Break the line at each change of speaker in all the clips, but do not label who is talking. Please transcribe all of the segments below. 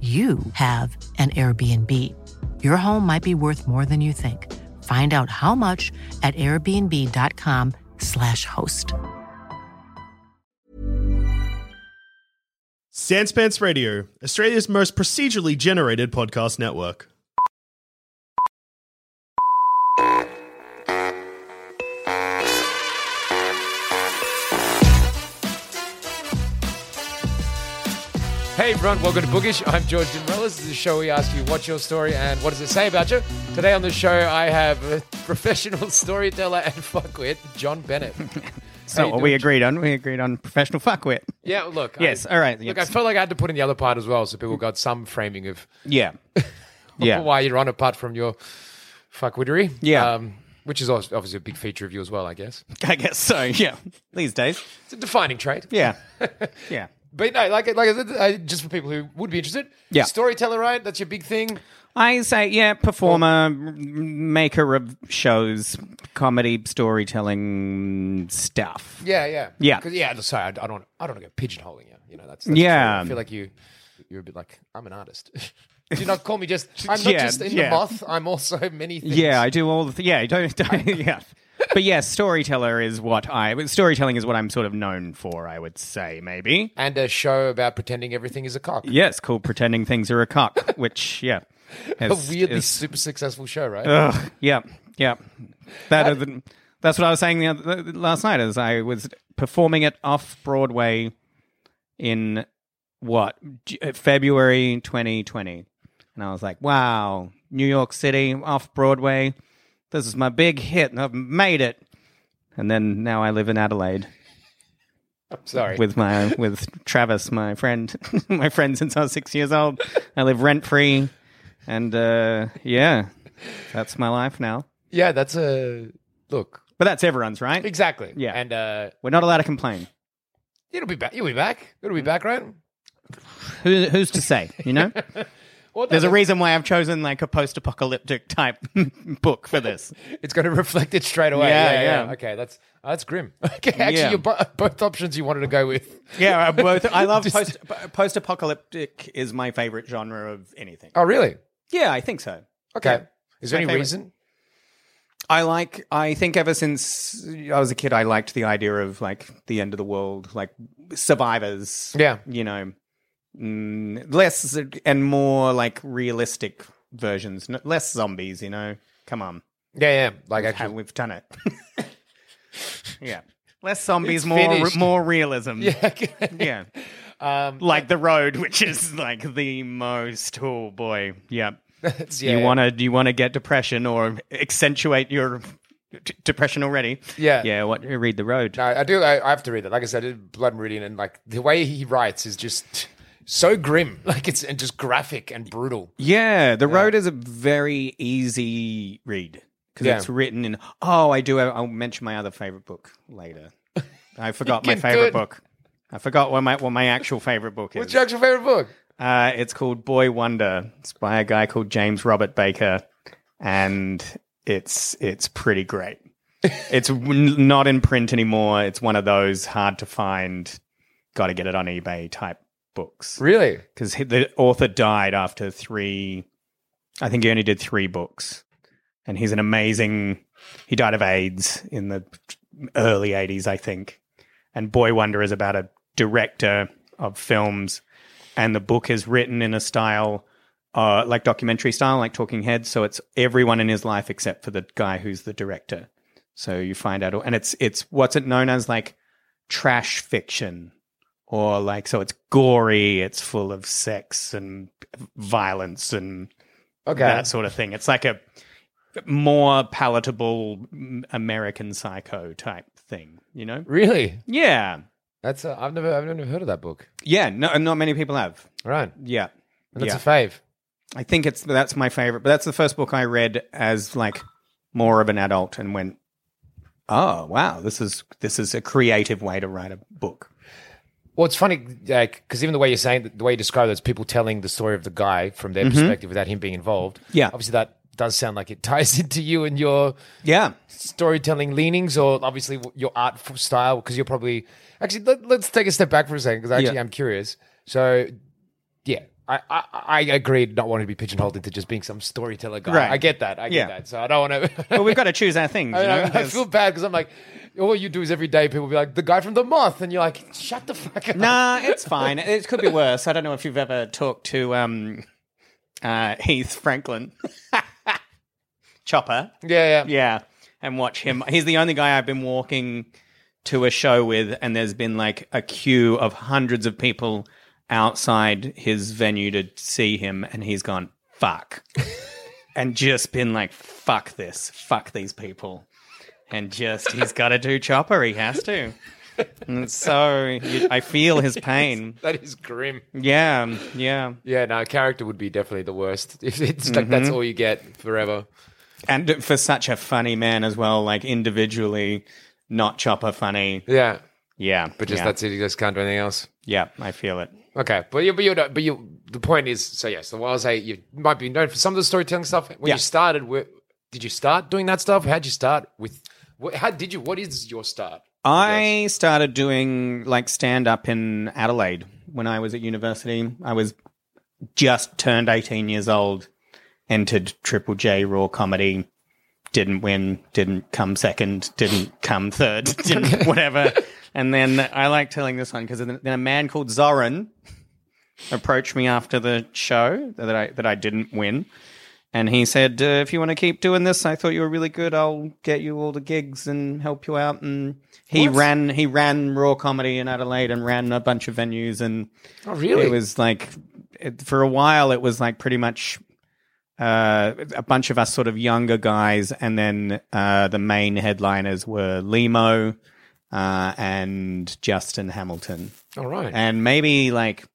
you have an Airbnb. Your home might be worth more than you think. Find out how much at airbnb.com/slash host.
Sandspence Radio, Australia's most procedurally generated podcast network.
Hey everyone, welcome to Bookish. I'm George Dimrellis. This is the show we ask you what's your story and what does it say about you. Today on the show, I have a professional storyteller and fuckwit, John Bennett. How
So
you
what Oh, we
doing?
agreed on, we agreed on professional fuckwit.
Yeah, look.
Yes, all right,
Look, I
yes.
felt like I had to put in the other part as well, so people got some framing of
Yeah, yeah,
why you're on apart from your fuckwittery. um,
Yeah.
which is also- obviously a big feature of you as well, I guess.
I guess so. Yeah, these days.
It's a defining trait.
Yeah, yeah,
But no, like, like I said, I, just for people who would be interested,
Yeah.
storyteller, right? That's your big thing.
I say yeah. Performer, m- maker of shows, comedy, storytelling stuff.
Yeah, yeah,
Yeah.
'Cause- yeah. Sorry, I, I don't. I don't want to go pigeonholing you. You know, that's, that's
Yeah.
I feel like you. You're a bit like I'm an artist. Do not call me just. I'm not
Yeah,
just in the
yeah.
moth. I'm also many things.
Yeah, I do all the th- yeah. Don't, don't yeah. But yeah, storyteller is what I storytelling is what I'm sort of known for. I would say maybe.
and a show about pretending everything is a cock.
Yes, called pretending things are a cock, which yeah,
a
is-
weirdly
is-
super successful show, right?
Ugh, yeah, yeah. That is, that's what I was saying the other, last night. Is I was performing it off Broadway in what J- uh, February 2020, and I was like, "Wow, New York City off Broadway. This is my big hit, and I've made it." And then now I live in Adelaide
Sorry.
with my with Travis, my friend, my friend since I was six years old. I live rent free, and uh, yeah, that's my life now.
yeah, that's a look.
But that's everyone's, right?
Exactly.
Yeah.
and uh,
We're not allowed to complain.
it'll be back. You'll be back. It'll be back, right?
Who, who's to say? You know,
Well, no,
there's a
that's-
reason why I've chosen like a post-apocalyptic type book for this.
It's going to reflect it straight away.
Yeah,
Yeah, yeah.
yeah.
Okay, that's uh, that's grim. Okay, actually,
Yeah.
you're bo- both options you wanted to go with.
Yeah, I both. I love
Just-
post post-apocalyptic is my favorite genre of anything.
Oh, really?
Yeah, I think so.
Okay.
Yeah.
Is there
My
any
favorite.
reason?
I like. I think ever since I was a kid, I liked the idea of like the end of the world, like survivors.
Yeah.
you know, mm, less and more like realistic versions, n- less zombies. You know, come on.
Yeah, yeah. Like
We've, had-
actually,
we've done it. yeah. Less zombies,
It's
more
finished.
more realism. Yeah. yeah.
um,
Like the road, which is like the most oh boy. Yeah.
that's- yeah,
you
yeah.
wanna you wanna get depression or accentuate your d- depression already.
Yeah. Uh,
Yeah, what read the road.
No, I do. I, I have to read that. Like I said, I did Blood Meridian, and like the way he writes is just so grim. Like it's and just graphic and brutal.
Yeah, The Road is a very easy read because
Yeah.
it's written in. Oh, I do. I'll mention my other favorite book later. I forgot my
can do it.
favorite book. I forgot what my what my actual favorite book is.
What's your actual favorite book?
Uh, it's called Boy Wonder. It's by a guy called James Robert Baker, and it's it's pretty great. it's w- not in print anymore. It's one of those hard to find, got to get it on eBay type books
Really?
because the author died after three. I think he only did three books, and he's an amazing. He died of AIDS in the early '80s, I think. And Boy Wonder is about a director of films and the book is written in a style uh, like documentary style, like Talking Heads. So it's everyone in his life except for the guy who's the director. So you find out, all, and it's it's what's it known as like trash fiction, or like so it's gory, it's full of sex and violence and
Okay.
that sort of thing. It's like a more palatable mm, American Psycho type thing, you know?
really?
Yeah,
That's a, I've never I've never heard of that book.
yeah. No, not many people have.
All right.
Yeah,
And that's
yeah.
a fave.
I think it's that's my favorite, but that's the first book I read as like more of an adult and went, "Oh, wow, this is this is a creative way to write a book."
Well, it's funny because even the way you're saying the way you describe it, it's people telling the story of the guy from their perspective without him being involved.
Yeah.
obviously that does sound like it ties into you and your
Yeah,
storytelling leanings, or obviously w- your art f- style. Because you're probably actually let, let's take a step back for a second because actually
Yeah.
I'm curious. So, yeah, I, I I agreed not wanting to be pigeonholed into just being some storyteller guy.
Right.
I get that. I get
Yeah.
that. So I don't want to.
but we've got to choose our things. You
I,
know?
know, I feel bad because I'm like, all you do is every day people be like, the guy from The Moth. And you're like, shut the fuck up.
nah, it's fine. It could be worse. I don't know if you've ever talked to um, uh, Heath Franklin, Chopper.
Yeah, yeah.
Yeah, and watch him. He's the only guy I've been walking to a show with, and there's been like a queue of hundreds of people outside his venue to see him, and he's gone fuck, and just been like fuck this, fuck these people, and just he's got to do chopper. He has to. And so you, I feel his pain.
That is grim.
Yeah, yeah.
Yeah, no, character would be definitely the worst. If it's like
Mm-hmm.
that's all you get forever.
And for such a funny man as well, like individually, not chopper funny.
Yeah.
Yeah.
But just
yeah.
that's it. You just can't do anything else.
Yeah, I feel it.
Okay, but you, but you, but you. The point is, so yes. So what I was saying, you might be known for some of the storytelling stuff. When
Yeah.
you started, where, did you start doing that stuff? How'd you start with? What, how did you? What is your start?
I started doing like stand up in Adelaide when I was at university. I was just turned 18 years old, entered Triple J Raw Comedy, didn't win, didn't come second, didn't come third, didn't whatever. And then I like telling this one because then then a man called Zoran approached me after the show that I that I didn't win. And he said, uh, if you want to keep doing this, I thought you were really good. I'll get you all the gigs and help you out. And he ran, he ran raw comedy in Adelaide and ran a bunch of venues. And
Oh, really?
it was like, it, for a while, it was like pretty much uh, a bunch of us sort of younger guys. And then uh, the main headliners were Limo uh, and Justin Hamilton
all right.
and maybe like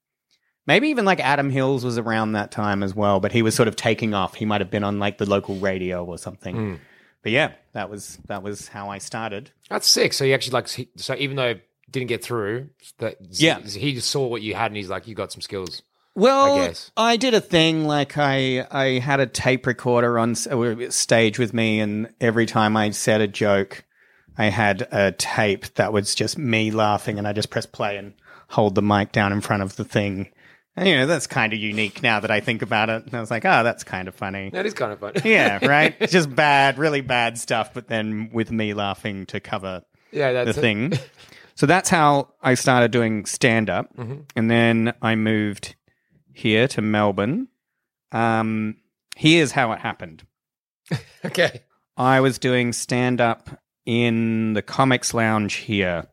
maybe even like Adam Hills was around that time as well, but he was sort of taking off. He might have been on like the local radio or something. But yeah, that was that was how I started.
That's sick. So you actually like. he- So even though it didn't get through, that
Yeah.
he saw what you had and he's like, you got some skills.
Well,
I guess.
did a thing like I I had a tape recorder on s- uh, stage with me, and every time I said a joke, I had a tape that was just me laughing, and I just press play and hold the mic down in front of the thing. And, you know, that's kind of unique now that I think about it. And I was like, oh, that's kind of funny.
That is kind of fun.
Yeah, right. It's just bad, really bad stuff, but then with me laughing to cover
yeah, that's
the
it.
thing. So that's how I started doing stand up.
Mm-hmm.
And then I moved here to Melbourne. Um, here's how it happened
Okay.
I was doing stand up in the comics lounge here.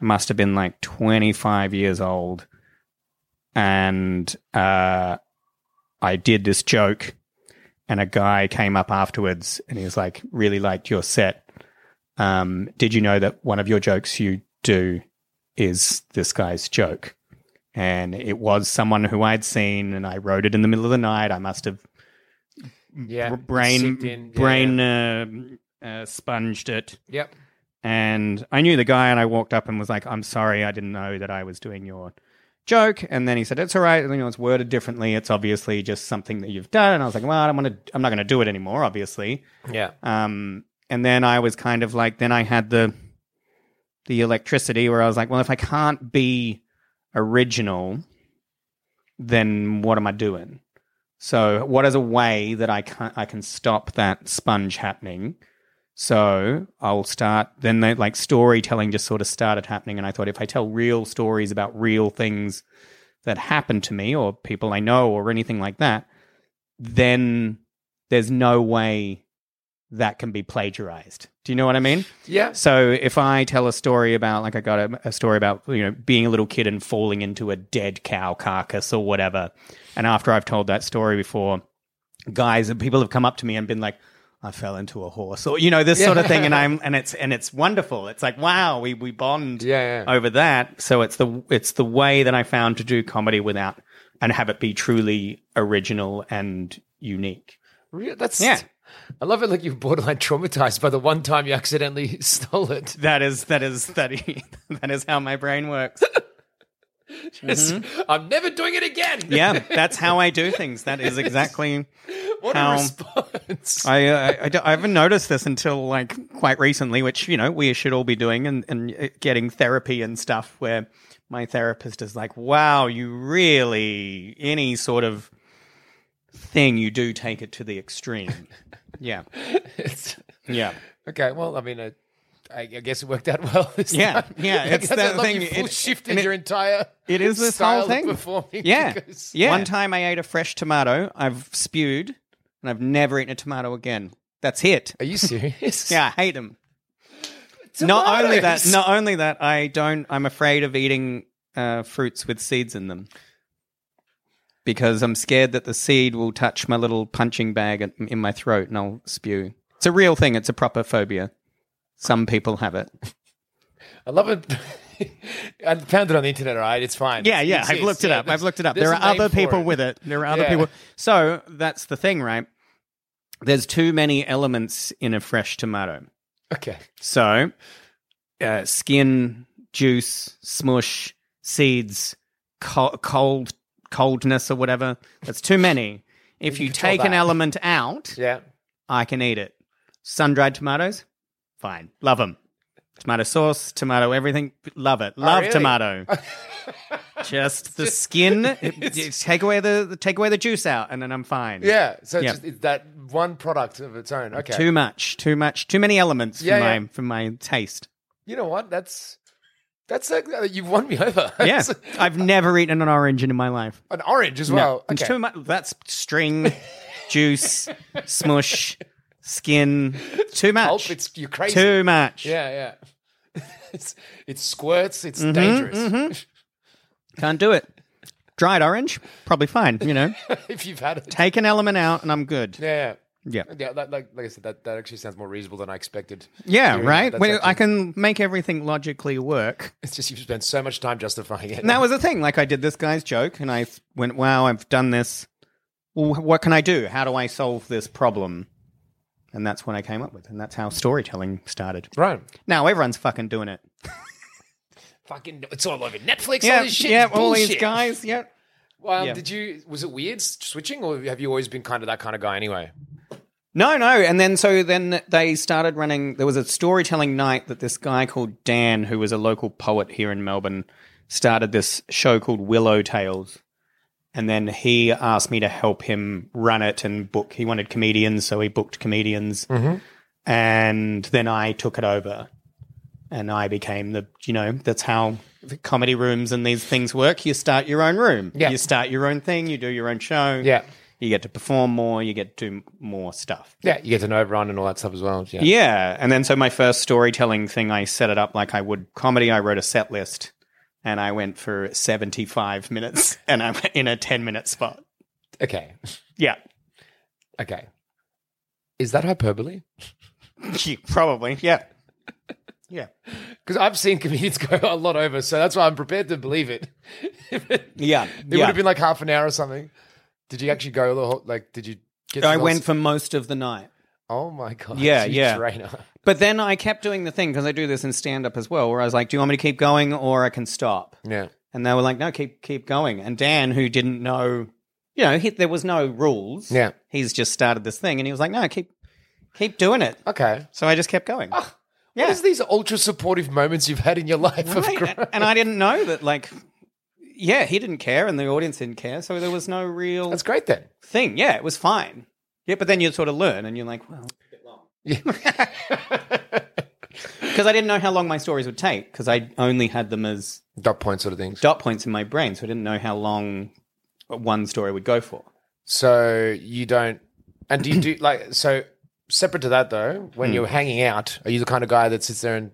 I must have been like 25 years old. And uh, I did this joke, and a guy came up afterwards and he was like, Really liked your set. Um, did you know that one of your jokes you do is this guy's joke? And it was someone who I'd seen, and I wrote it in the middle of the night. I must have
Yeah.
br-
Sipped
brain
in. Yeah,
brain uh, uh, sponged it
yeah. Yep.
and i knew the guy and i walked up and was like i'm sorry i didn't know that i was doing your joke and then he said it's all right you know it's worded differently it's obviously just something that you've done and i was like well i don't want to i'm not going to do it anymore obviously
Yeah.
um, and then I was kind of like, then I had the the electricity where I was like, well, if I can't be original, then what am I doing? So, what is a way that I can I can stop that sponge happening? So I'll start. Then they like storytelling just sort of started happening, and I thought if I tell real stories about real things that happened to me or people I know or anything like that, then there's no way that can be plagiarized. Do you know what I mean?
Yeah.
So if I tell a story about, like, I got a, a story about, you know, being a little kid and falling into a dead cow carcass or whatever, and after I've told that story before, guys and people have come up to me and been like, I fell into a horse, or you know, this sort of thing, and I'm and it's and it's wonderful. It's like wow, we we bond
Yeah, yeah.
over that. So it's the it's the way that I found to do comedy without and have it be truly original and unique.
Real, that's
Yeah.
I love it. Like you're borderline traumatized by the one time you accidentally stole it.
That is that is that that is how my brain works.
Just, I'm never doing it again.
Yeah, that's how I do things. That is exactly.
what
How-
a response.
I, uh, I, I, don't- I haven't noticed this until like quite recently, which you know we should all be doing and, and uh, getting therapy and stuff. Where my therapist is like, "Wow, you really any sort of thing you do take it to the extreme." yeah,
It's-
yeah,
okay. Well, I mean, I, I, I guess it worked out well. This
Yeah,
time.
yeah,
I
it's
guess
that
I love
thing,
You full
it-
shifted
and it-
your entire.
it is this
style
whole
of
thing.
Performing.
yeah,
because-
yeah. One time I ate a fresh tomato. I've spewed, and I've never eaten a tomato again. That's it.
Are you serious?
Yeah, I hate them. Not only that,
Tomatoes.
not only that, I don't. I'm afraid of eating uh, fruits with seeds in them because I'm scared that the seed will touch my little punching bag at- in my throat and I'll spew. It's a real thing. It's a proper phobia. Some people have it.
I love it. I found it on the internet. All right, it's fine.
Yeah,
It's-
yeah.
it's-
I've
it's-
looked it
yeah,
up.
there's-
I've looked it up.
there's
There
a
are other
name for
people with it. There are other
Yeah.
people. So that's the thing, right? There's too many elements in a fresh tomato.
Okay.
So, uh, skin, juice, smush, seeds, co- cold, coldness, or whatever. That's too many. If you,
control
take an
that.
element out,
Yeah.
I can eat it. Sun dried tomatoes, fine. Love them. Tomato sauce, tomato everything, love it. Love
Oh, really?
tomato. Just the skin. it- it- take away the, the take away the juice out, and then I'm fine.
Yeah. So it's
Yeah.
just it's that one product of its own. Okay.
Too much, too much, too many elements for
Yeah,
my
yeah.
for my taste.
You know what? That's that's like uh, you've won me over.
Yeah,
It's
I've never eaten an orange in my life.
an orange as
No,
well.
it's
okay.
too much. That's string, juice, smush, skin. Too much.
Pulp, Oh, it's you're crazy.
too much.
Yeah, yeah. it's it squirts.
Mm-hmm,
It's dangerous.
Can't do it. Dried orange, probably fine. You know,
if you've had it.
take an element out, and I'm good. Yeah,
Yeah,
yeah,
yeah. yeah that, like, like I said, that, that actually sounds more reasonable than I expected. Hearing that,
right.
that's
Well, I
actually-
can make everything logically work.
It's just you've spent so much time justifying it.
And that was the thing. Like I did this guy's joke, and I th- went, "Wow, I've done this. Well, wh- what can I do? How do I solve this problem?" And that's what I came up with, and that's how storytelling started.
right.
Now everyone's fucking doing it.
Fucking, it's all over Netflix.
Yeah,
all this shit.
yeah,
is
all these
bullshit.
guys. Yeah,
Well,
yeah.
did you? Was it weird s- switching, or have you always been kind of that kind of guy anyway?
no, no. And then so then they started running. There was a storytelling night that this guy called Dan, who was a local poet here in Melbourne, started this show called Willow Tales. And then he asked me to help him run it and book. He wanted comedians, so he booked comedians.
Mm-hmm.
And then I took it over, and I became the. You know, that's how the comedy rooms and these things work. You start your own room.
Yeah.
You start your own thing. You do your own show.
Yeah.
You get to perform more. You get to do more stuff.
Yeah, you get to know everyone and all that stuff as well. Yeah.
Yeah. And then so my first storytelling thing, I set it up like I would comedy. I wrote a set list and I went for 75 minutes and I'm in a 10 minute spot.
Okay.
Yeah.
Okay. Is that hyperbole?
Yeah, Probably. Yeah. Yeah.
Because I've seen comedians go a lot over, so that's why I'm prepared to believe it.
Yeah.
It would have been like half an hour or something. Did you actually go the whole? Like, did you? Get
I
the
went
last-
for most of the night.
Oh my god!
Yeah,
you
yeah.
Trainer.
But then I kept doing the thing because I do this in stand up as well, where I was like, do you want me to keep going or I can stop?
Yeah.
And they were like, no, keep keep going. And Dan, who didn't know, you know, he, there was no rules.
Yeah.
he's just started this thing, and he was like, no, keep keep doing it.
Okay.
So I just kept going.
What is these ultra supportive moments you've had in your life? of
Right.
growth?
And I didn't know that, like, yeah, he didn't care, and the audience didn't care, so there was no real
That's great then.
thing. Yeah, it was fine. Yeah, but then you sort of learn, and you're like, well, because I didn't know how long my stories would take because I only had them as
Dot point sort of things.
dot points in my brain, so I didn't know how long one story would go for.
So you don't, and do you do like so? Separate to that though, when
Hmm.
you're hanging out, are you the kind of guy that sits there and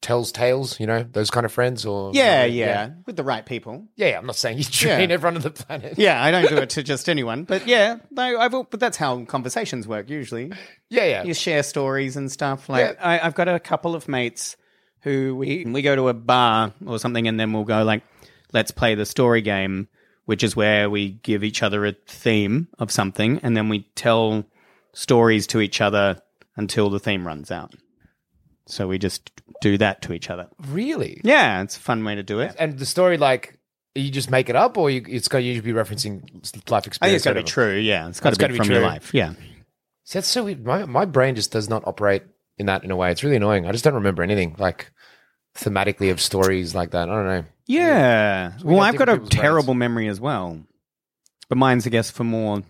tells tales? You know, those kind of friends, or
Yeah, yeah, with the right people.
yeah. yeah, I'm not saying you train
Yeah.
everyone on the planet.
Yeah, I don't do it to just anyone, but yeah, no, I've al- but that's how conversations work usually.
yeah, yeah.
You share stories and stuff. Like I, I've got a couple of mates who we we go to a bar or something, and then we'll go like, let's play the story game, which is where we give each other a theme of something, and then we tell stories to each other until the theme runs out. So we just do that to each other.
Really?
Yeah, it's a fun way to do it.
And the story, like, you just make it up, or you, it's got you should be referencing life experience.
I think it's got to
whatever.
be true. Yeah, it's got
It's
to
gotta
be
be
from your
true.
life. Yeah.
See, that's so weird. My, my brain just does not operate in that in a way. It's really annoying. I just don't remember anything like thematically of stories like that. I don't know.
Yeah.
we
well,
got
I've got a
different people's
terrible memory as well. But mine's, I guess, for more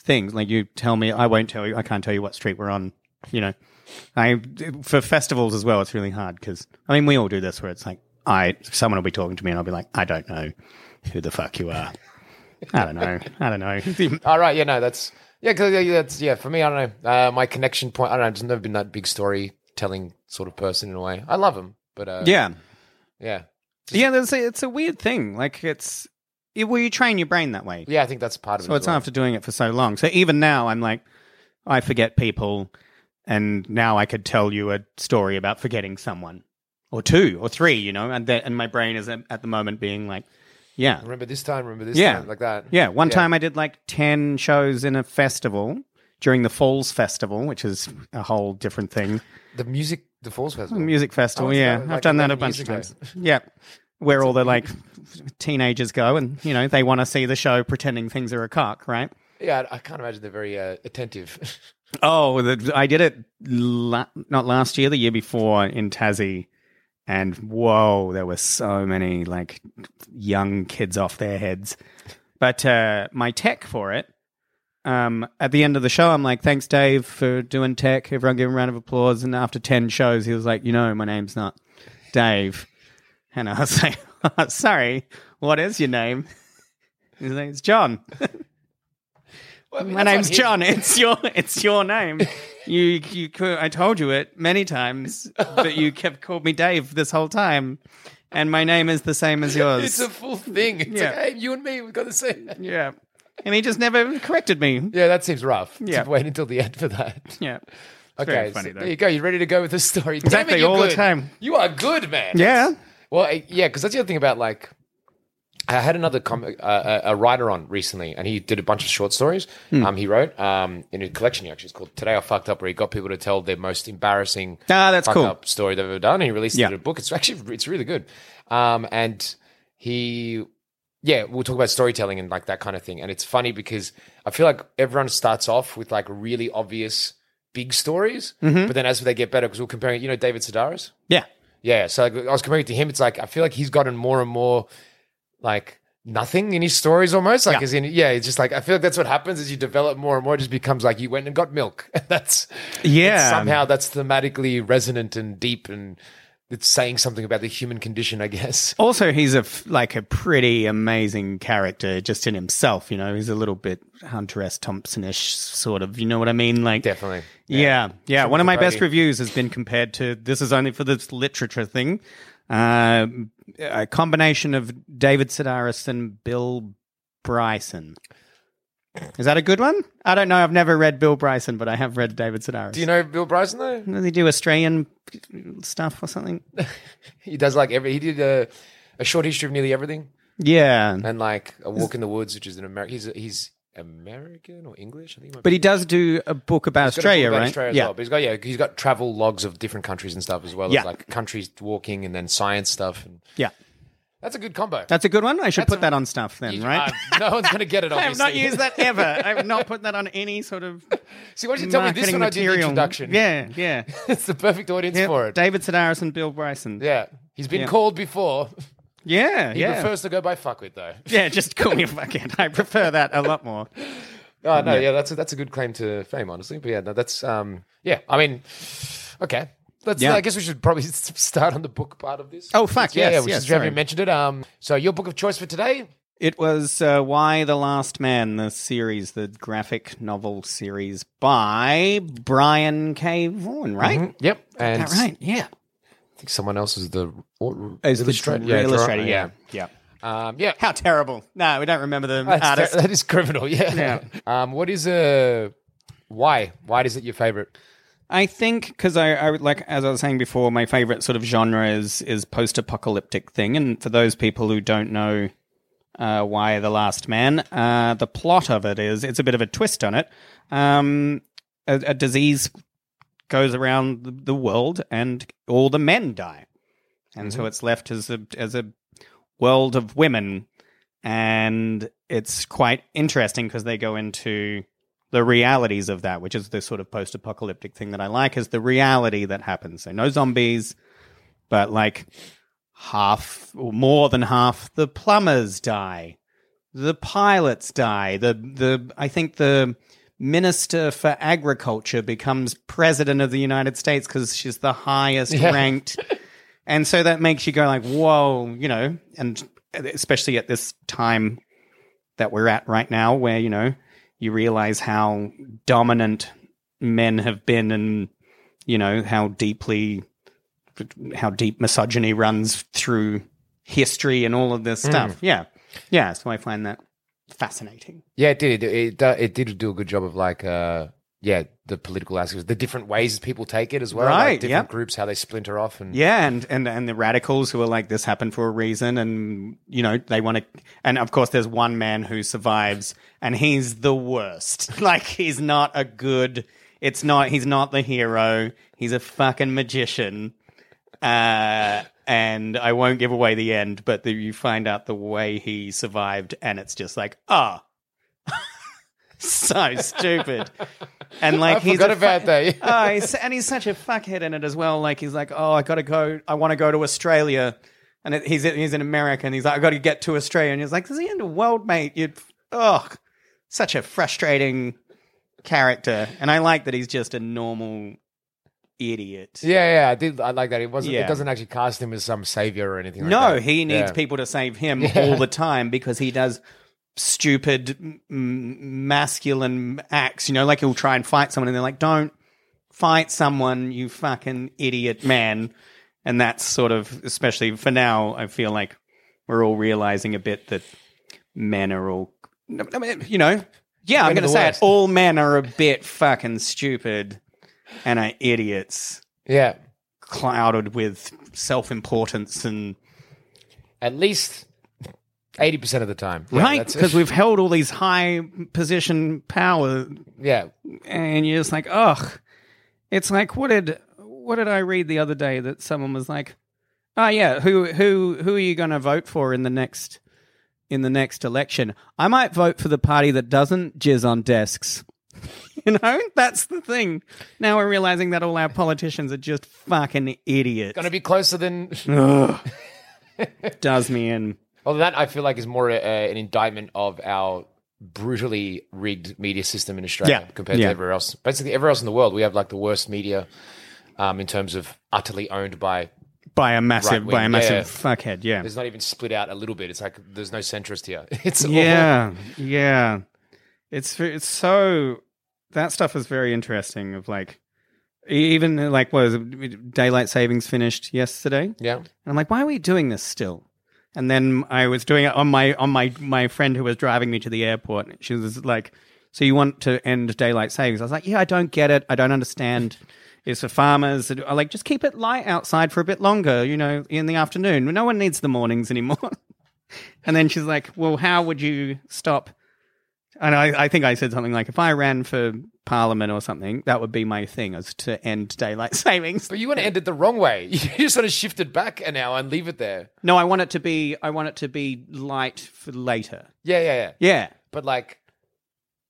things. Like you tell me, I won't tell you, I can't tell you what street we're on. You know, I for festivals as well, it's really hard because I mean, we all do this where it's like, I someone will be talking to me and I'll be like, I don't know who the fuck you are. I don't know. I don't know.
All right, yeah, no, that's yeah, 'cause, yeah, that's yeah. For me, I don't know. Uh, my connection point, I don't know. I've just never been that big storytelling sort of person in a way. I love them, but uh,
yeah.
yeah,
Yeah. That's a, it's a weird thing. Like it's, it, well, you train your brain that way.
yeah. I think that's part of it.
So
as
it's um,
well.
after doing it for so long. So even now, I'm like, I forget people, and now I could tell you a story about forgetting someone, or two, or three, you know, and that, and my brain is at, at the moment being like, yeah,
Remember this time? Remember this
Yeah.
time? Like that?
yeah. One time I did like ten shows in a festival during the Falls Festival, which is a whole different thing.
The music, the Falls Festival.
Music festival,
Oh, it's
yeah.
about,
I've
like,
done that a
11
bunch of
years
times.
ago.
yeah. Where all the like teenagers go and, you know, they want to see the show pretending things are a cock, right?
Yeah, I I can't imagine they're very uh, attentive.
Oh, the, I did it la- not last year, the year before in Tassie, and whoa, there were so many like young kids off their heads. But uh, my tech for it, um, at the end of the show, I'm like, "Thanks, Dave, for doing tech." Everyone give him a round of applause. And after ten shows, he was like, "You know, my name's not Dave," and I was like, "Sorry, what is your name?" His name's John.
Well, I mean,
My
that's
name's
like his-
John. It's your it's your name. you you cou- I told you it many times, but you kept called me Dave this whole time, and my name is the same as yours.
It's a full thing. It's
Yeah.
like, hey, you and me, we've got the same.
yeah, and he just never corrected me.
Yeah, that seems rough.
Yeah.
To wait until the end for that.
Yeah.
Okay,
very funny,
so
though.
there you go. You're ready to go with the story. Damn it,
Exactly,
you're
all the
good.
time.
You are good, man.
Yeah.
Well, I- yeah, because that's the other thing about like, I had another comic, uh, a a writer on recently, and he did a bunch of short stories.
Hmm.
Um, he wrote um in a collection. He actually it's called "Today I Fucked Up," where he got people to tell their most embarrassing
Ah, that's
fuck
cool.
up story they've ever done. And he released
Yeah.
it in a book. It's actually it's really good. Um, and he yeah, we'll talk about storytelling and like that kind of thing. And it's funny because I feel like everyone starts off with like really obvious big stories,
Mm-hmm.
but then as they get better, because we're comparing, you know, David Sedaris.
Yeah.
Yeah, so like, I was comparing it to him. It's like I feel like he's gotten more and more like nothing in his stories almost. Like,
Yeah.
as in, yeah, it's just like I feel like that's what happens as you develop more and more. It just becomes like you went and got milk. that's
Yeah.
somehow that's thematically resonant and deep, and it's saying something about the human condition, I guess.
Also, he's a f- like a pretty amazing character just in himself. You know, he's a little bit Hunter S. Thompson-ish sort of. You know what I mean? Like
Definitely.
Yeah, yeah. One of my best
Brody.
reviews has been compared to this is only for this literature thing. Uh, a combination of David Sedaris and Bill Bryson. Is that a good one? I don't know. I've never read Bill Bryson, but I have read David Sedaris.
Do you know Bill Bryson though?
Doesn't They do Australian stuff or something.
He does like every. He did a, a short history of nearly everything,
Yeah,
and like a walk in the woods, which is an American. He's he's American or English, I think.
but he does do a book about
He's got a book
Australia,
about
right?
Australia as
yeah,
well. But he's got yeah, he's got travel logs of different countries and stuff as well.
Yeah.
as like countries walking and then science stuff, and
yeah.
that's a good combo.
That's a good one. I should
That's
put
a-
that on stuff then,
You-
right?
uh, no one's gonna get it.
I
Obviously.
have not used that ever. I have not put that on any sort of
See, why don't you tell me this
marketing
when I did the
material.
introduction?
Yeah, yeah.
it's the perfect audience
Yeah,
for it.
David Sedaris and Bill Bryson.
yeah, he's been
Yeah.
called before.
yeah,
He
yeah.
prefers to go by fuckwit though.
yeah, just call me a fuckhead. I prefer that a lot more.
Oh no, yeah, that's a, that's a good claim to fame, honestly. But yeah, no, that's um, yeah. I mean, okay, Let's.
Yeah.
I guess we should probably s- start on the book part of this.
Oh, fuck,
Yeah,
yes,
yeah, we
yes,
just haven't
sorry.
mentioned it. Um, so your book of choice for today?
It was uh, Why the Last Man, the series, the graphic novel series by Brian K. Vaughan, right?
Mhm, Yep. And
Is that right? Yeah.
I think someone else is the or,
Is Oh, the
illustrator.
dr-
yeah,
illustrator,
draw-
yeah. yeah.
yeah. Um, yeah.
How terrible. No, we don't remember the
That's ter-
artist.
that is criminal. Yeah. Um, what is uh, why? Why is it your favorite?
I think because I, I would like as I was saying before, my favorite sort of genre is is post apocalyptic thing. And for those people who don't know uh, why The Last Man, uh, the plot of it is it's a bit of a twist on it. Um, a, a disease goes around the, the world, and all the men die, and so it's left as a as a world of women, and it's quite interesting because they go into the realities of that, which is the sort of post-apocalyptic thing that I like, is the reality that happens. So no zombies, but like half or more than half the plumbers die, the pilots die, the the I think the minister for agriculture becomes president of the United States because she's the highest ranked. And so that makes you go like, whoa, you know, and especially at this time that we're at right now, where you know you realize how dominant men have been, and you know how deeply how deep misogyny runs through history and all of this stuff. Yeah, yeah. So I find that fascinating.
Yeah, it did. It it, do- it did do a good job of like uh, yeah, the political aspects, the different ways people take it as well, like
Right,
different
yep.
groups, how they splinter off, and
Yeah, and, and and the radicals who are like this happened for a reason, and you know they want to. And of course, there's one man who survives, and he's the worst. Like he's not a good. It's not. He's not the hero. He's a fucking magician. Uh, and I won't give away the end, but the, you find out the way he survived, and it's just like ah. so stupid, and like
I
he's
forgot
a fu-
about that.
oh, he's, and he's such a fuckhead in it as well. Like he's like, oh, I gotta go. I want to go to Australia, and it, he's he's an American. He's like, I gotta get to Australia, and he's like, this is the end of the world, mate. You, oh, such a frustrating character. And I like that he's just a normal idiot.
Yeah, yeah, I did. I like that. It wasn't. It
Yeah.
doesn't actually cast him as some savior or anything. like
No,
that.
he needs
Yeah.
people to save him all the time because he does stupid m- m- masculine acts. You know, like he'll try and fight someone, and they're like, "Don't fight someone, you fucking idiot man." And that's sort of, especially for now, I feel like we're all realizing a bit that men are all, I mean, you know, yeah,
Men are
I'm going to
the
say
worst.
it. All men are a bit fucking stupid and are idiots,
Yeah,
clouded with self importance and
at least eighty percent of the time. Yeah,
right?
that's it.
Because we've held all these high position power,
yeah,
and you're just like, ugh. It's like, what did what did I read the other day that someone was like, oh yeah, who who who are you going to vote for in the next in the next election? I might vote for the party that doesn't jizz on desks. You know, that's the thing. Now we're realizing that all our politicians are just fucking idiots.
gonna be closer than.
Does me in.
Well, that I feel like is more uh, an indictment of our brutally rigged media system in Australia
Yeah.
compared
Yeah.
to everywhere else. Basically, everywhere else in the world, we have like the worst media um, in terms of utterly owned by.
By a massive, by a
Right-wing,
massive
yeah.
fuckhead, yeah.
There's not even split out a little bit. It's like there's no centrist here. It's all-
yeah yeah it's ve- it's so that stuff is very interesting of like e- even like what was it, daylight savings finished yesterday and
yeah.
i'm like why are we doing this still and then i was doing it on my on my my friend who was driving me to the airport she was like so you want to end daylight savings i was like yeah i don't get it i don't understand it's for farmers i like just keep it light outside for a bit longer you know in the afternoon no one needs the mornings anymore and then she's like, "Well, how would you stop?" And I, I think I said something like, "If I ran for parliament or something, that would be my thing, is to end daylight savings."
But you want to end it the wrong way. You sort of shifted back an hour and leave it there.
No, I want it to be, I want it to be light for later.
Yeah, yeah, yeah.
Yeah,
But like,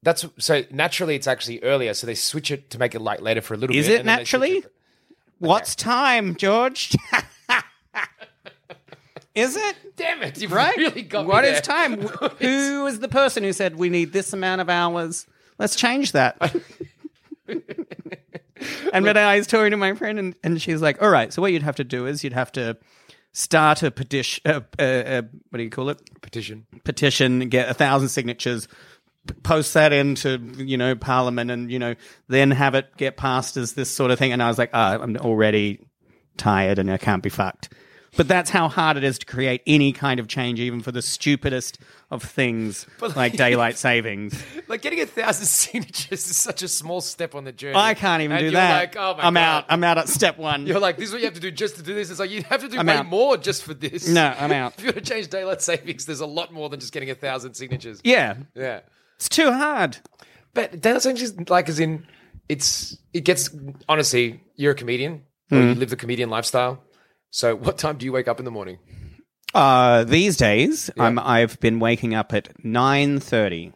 that's so naturally it's actually earlier. So they switch it to make it light later for a little
Is
bit.
it
and then they switch
naturally?
it-
what's time, George? is it
Damn it! You've
right?
really got
What
me there.
is time? Wh- Who is the person who said we need this amount of hours? Let's change that. And then I was talking to my friend, and, and she's like, "All right, so what you'd have to do is you'd have to start a petition. Uh, uh, uh, what do you call it?
Petition.
Petition. Get a thousand signatures." p- Post that into you know Parliament, and you know then have it get passed as this sort of thing. And I was like, ah, I'm already tired, and I can't be fucked. But that's how hard it is to create any kind of change, even for the stupidest of things, like daylight savings.
Like getting a thousand signatures is such a small step on the journey.
I can't even
And
do
you're
that.
Like, oh my
I'm
God.
out. I'm out at step one.
You're like, this is what you have to do just to do this. It's like you have to do
I'm
way
out.
more just for this.
No, I'm out.
if you want to change daylight savings, there's a lot more than just getting a thousand signatures.
yeah,
Yeah.
it's too hard.
But daylight savings is like as in it's it gets honestly, you're a comedian, or
Mm.
you live the comedian lifestyle. So what time do you wake up in the morning?
Uh, these days, I'm, I've been waking up at nine thirty.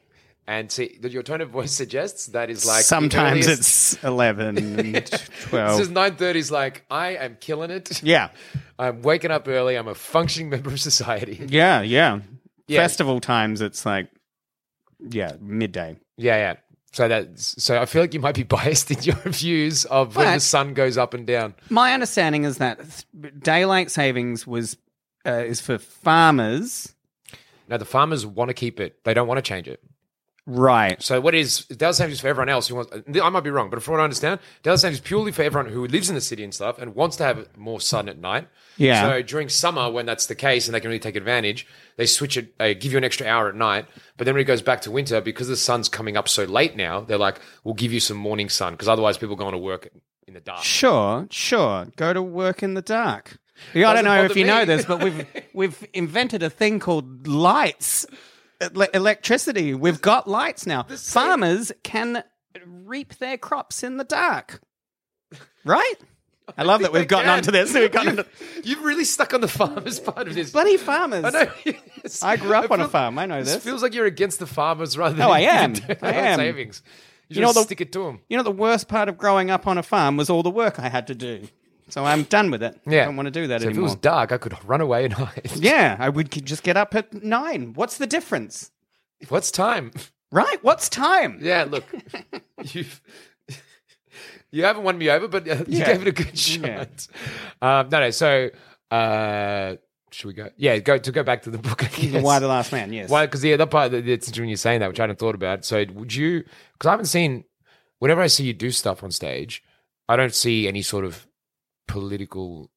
And see your tone of voice suggests that is like the
Sometimes
earliest-
it's eleven and
This
twelve.
is nine thirty. Is like I am killing it.
yeah,
I'm waking up early. I'm a functioning member of society.
yeah, yeah,
Yeah.
Festival times, it's like yeah, midday.
Yeah, yeah. So that's so I feel like you might be biased in your views of when the
But-
sun goes up and down.
My understanding is that th- daylight savings was uh, is for farmers,
Now the farmers want to keep it. They don't want to change it.
right?
So what is it does have is for everyone else who wants I might be wrong, but from what I understand, does have is purely for everyone who lives in the city and stuff and wants to have more sun at night.
Yeah.
So during summer when that's the case and they can really take advantage, they switch it they give you an extra hour at night. But then when it goes back to winter, because the sun's coming up so late now, they're like, We'll give you some morning sun because otherwise people go on to work in the dark.
Sure, sure. Go to work in the dark. Yeah, I
Doesn't
don't know
bother
if you know
me.
this, but we've we've invented a thing called lights, ele- electricity. We've got lights now. Farmers can reap their crops in the dark. Right? I, love that
think
we've
they
gotten
can.
onto this. We've gotten
You've-
onto
You've really stuck on the farmers part of this.
bloody farmers.
I know. Yes.
I grew up on a
feel-
farm, I know this.
feels like you're against the farmers rather than
No, I am. I am.
savings. You,
You know
just
the-
stick it to them.
You know, the worst part of growing up on a farm was all the work I had to do. So I'm done with it.
Yeah.
I don't want to do that
So if it
anymore.
was dark, I could run away and hide.
yeah, I would just get up at nine. What's the difference?
What's time?
Right? What's time?
Yeah, look, you've you haven't won me over, but uh, you
Yeah.
gave it a good shot. Um, no, no. So uh, should we go? Yeah, go to go back to the book. I guess.
Why the Last Man? Yes.
Why? Because yeah, that part that- that's interesting when you're saying that, which I hadn't thought about. So would you? Because I haven't seen. Whenever I see you do stuff on stage, I don't see any sort of political.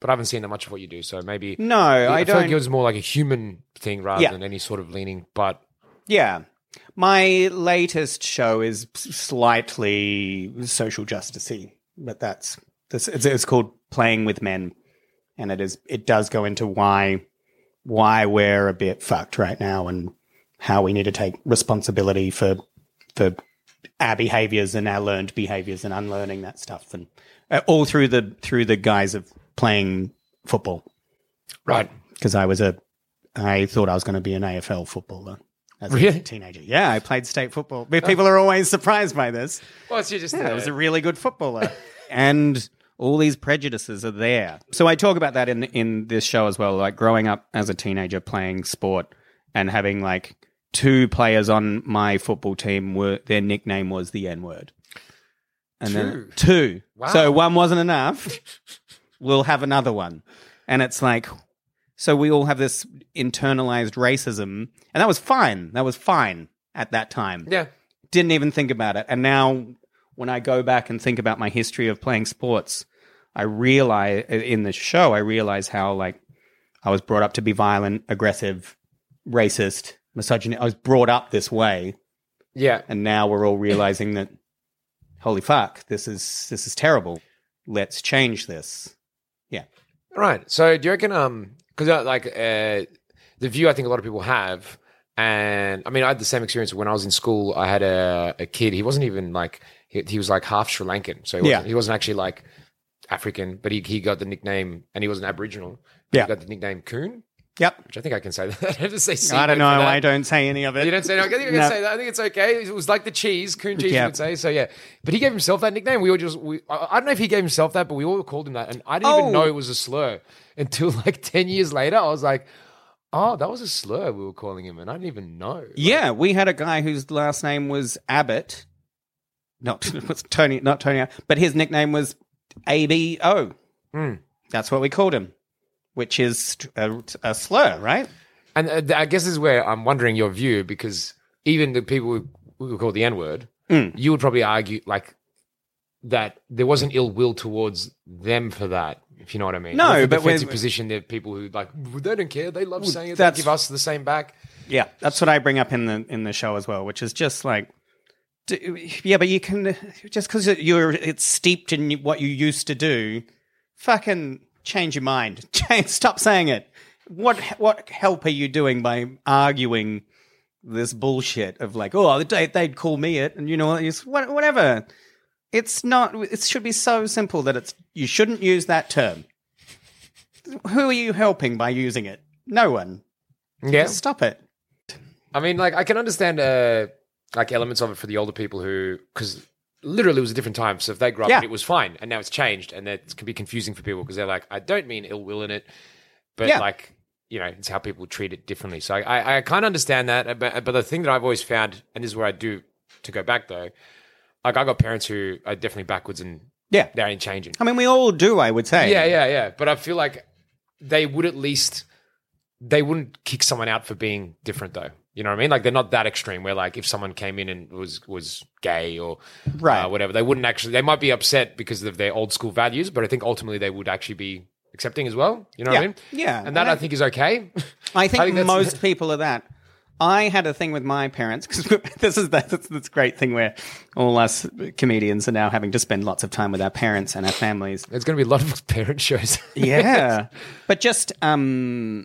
But I haven't seen that much of what you do, so maybe
No, I
feel like
don't.
it was more like a human thing rather
Yeah.
than any sort of leaning. But
yeah. My latest show is slightly social justicey, but that's this. It's, it's called Playing with Men, and it is it does go into why why we're a bit fucked right now and how we need to take responsibility for for our behaviors and our learned behaviors and unlearning that stuff, and uh, all through the through the guise of playing football.
right,
because I was a, I thought I was going to be an AFL footballer as
Really?
a teenager. Yeah, I played state football. But People are always surprised by this.
well, it's just
Yeah, I was
uh,
a really good footballer, and all these prejudices are there. So I talk about that in in this show as well, like growing up as a teenager playing sport and having like two players on my football team were their nickname was the N word. And then two.
Wow.
So one wasn't enough. we'll have another one. And it's like so we all have this internalized racism. And that was fine. That was fine at that time
yeah.
didn't even think about it. And now, when I go back and think about my history of playing sports, I realize uh, in the show, I realize how like I was brought up to be violent, aggressive, racist, misogynistic. I was brought up this way,
Yeah.
and now we're all realizing that holy fuck, this is this is terrible. Let's change this.
Right. So do you reckon? Um, because uh, like uh, the view I think a lot of people have, and I mean I had the same experience when I was in school. I had a, a kid. He wasn't even like he, he was like half Sri Lankan, so he wasn't,
Yeah.
he wasn't actually like African, but he he got the nickname, and he was an Aboriginal.
Yeah.
He got the nickname Coon,
Yep.
which I think I can say that. I have to say.
I don't know.
for that.
I don't say any of it.
You don't say no. I think I can
No.
say that. I think it's okay. It was like the cheese, coon cheese,
Yeah.
you could say. So yeah, but he gave himself that nickname. We all just, we, I I don't know if he gave himself that, but we all called him that, and I didn't even
Oh.
know it was a slur until like ten years later. I was like, oh, that was a slur we were calling him, and I didn't even know.
Yeah, we had a guy whose last name was Abbott, not it was Tony, not Tony, but his nickname was ABO. That's what we called him, which is a, a slur, right?
And uh, th- I guess this is where I'm wondering your view because even the people who- who would call the N word,
Hmm.
you would probably argue like that there wasn't ill will towards them for that. If you know what I mean? With
No,
the
but when-
defensive position. There are people who like they don't care. They love saying it. They
that's-
give us the same back.
Yeah, that's what I bring up in the in the show as well, which is just like, d yeah, but you can just because you're it's steeped in what you used to do, fucking change your mind, change, stop saying it. What what help are you doing by arguing this bullshit of like, oh, they, they'd call me it, and you know, it's what- whatever. It's not. It should be so simple that it's you shouldn't use that term. Who are you helping by using it? No one.
Yeah,
Just stop it.
I mean, like I can understand uh, like elements of it for the older people who because literally it was a different time. So if they grew up,
Yeah.
and it was fine, and now it's changed, and that can be confusing for people because they're like, I don't mean ill will in it, but
Yeah.
like you know, it's how people treat it differently. So I I, I can't understand that. uh, But but the thing that I've always found, and this is where I do to go back though, like I got parents who are definitely backwards and
Yeah.
they ain't changing.
I mean, we all do, I would say.
Yeah, yeah, yeah. But I feel like they would at least they wouldn't kick someone out for being different though. You know what I mean? Like they're not that extreme where like if someone came in and was was gay or uh,
Right.
whatever, they wouldn't actually they might be upset because of their old school values, but I think ultimately they would actually be accepting as well. You know
Yeah.
what I mean?
Yeah.
And that I think is okay.
I think,
I think that's-
most people are that. I had a thing with my parents because this is that that's this great thing where all us comedians are now having to spend lots of time with our parents and our families.
There's gonna be a lot of parent shows.
Yeah, but just um,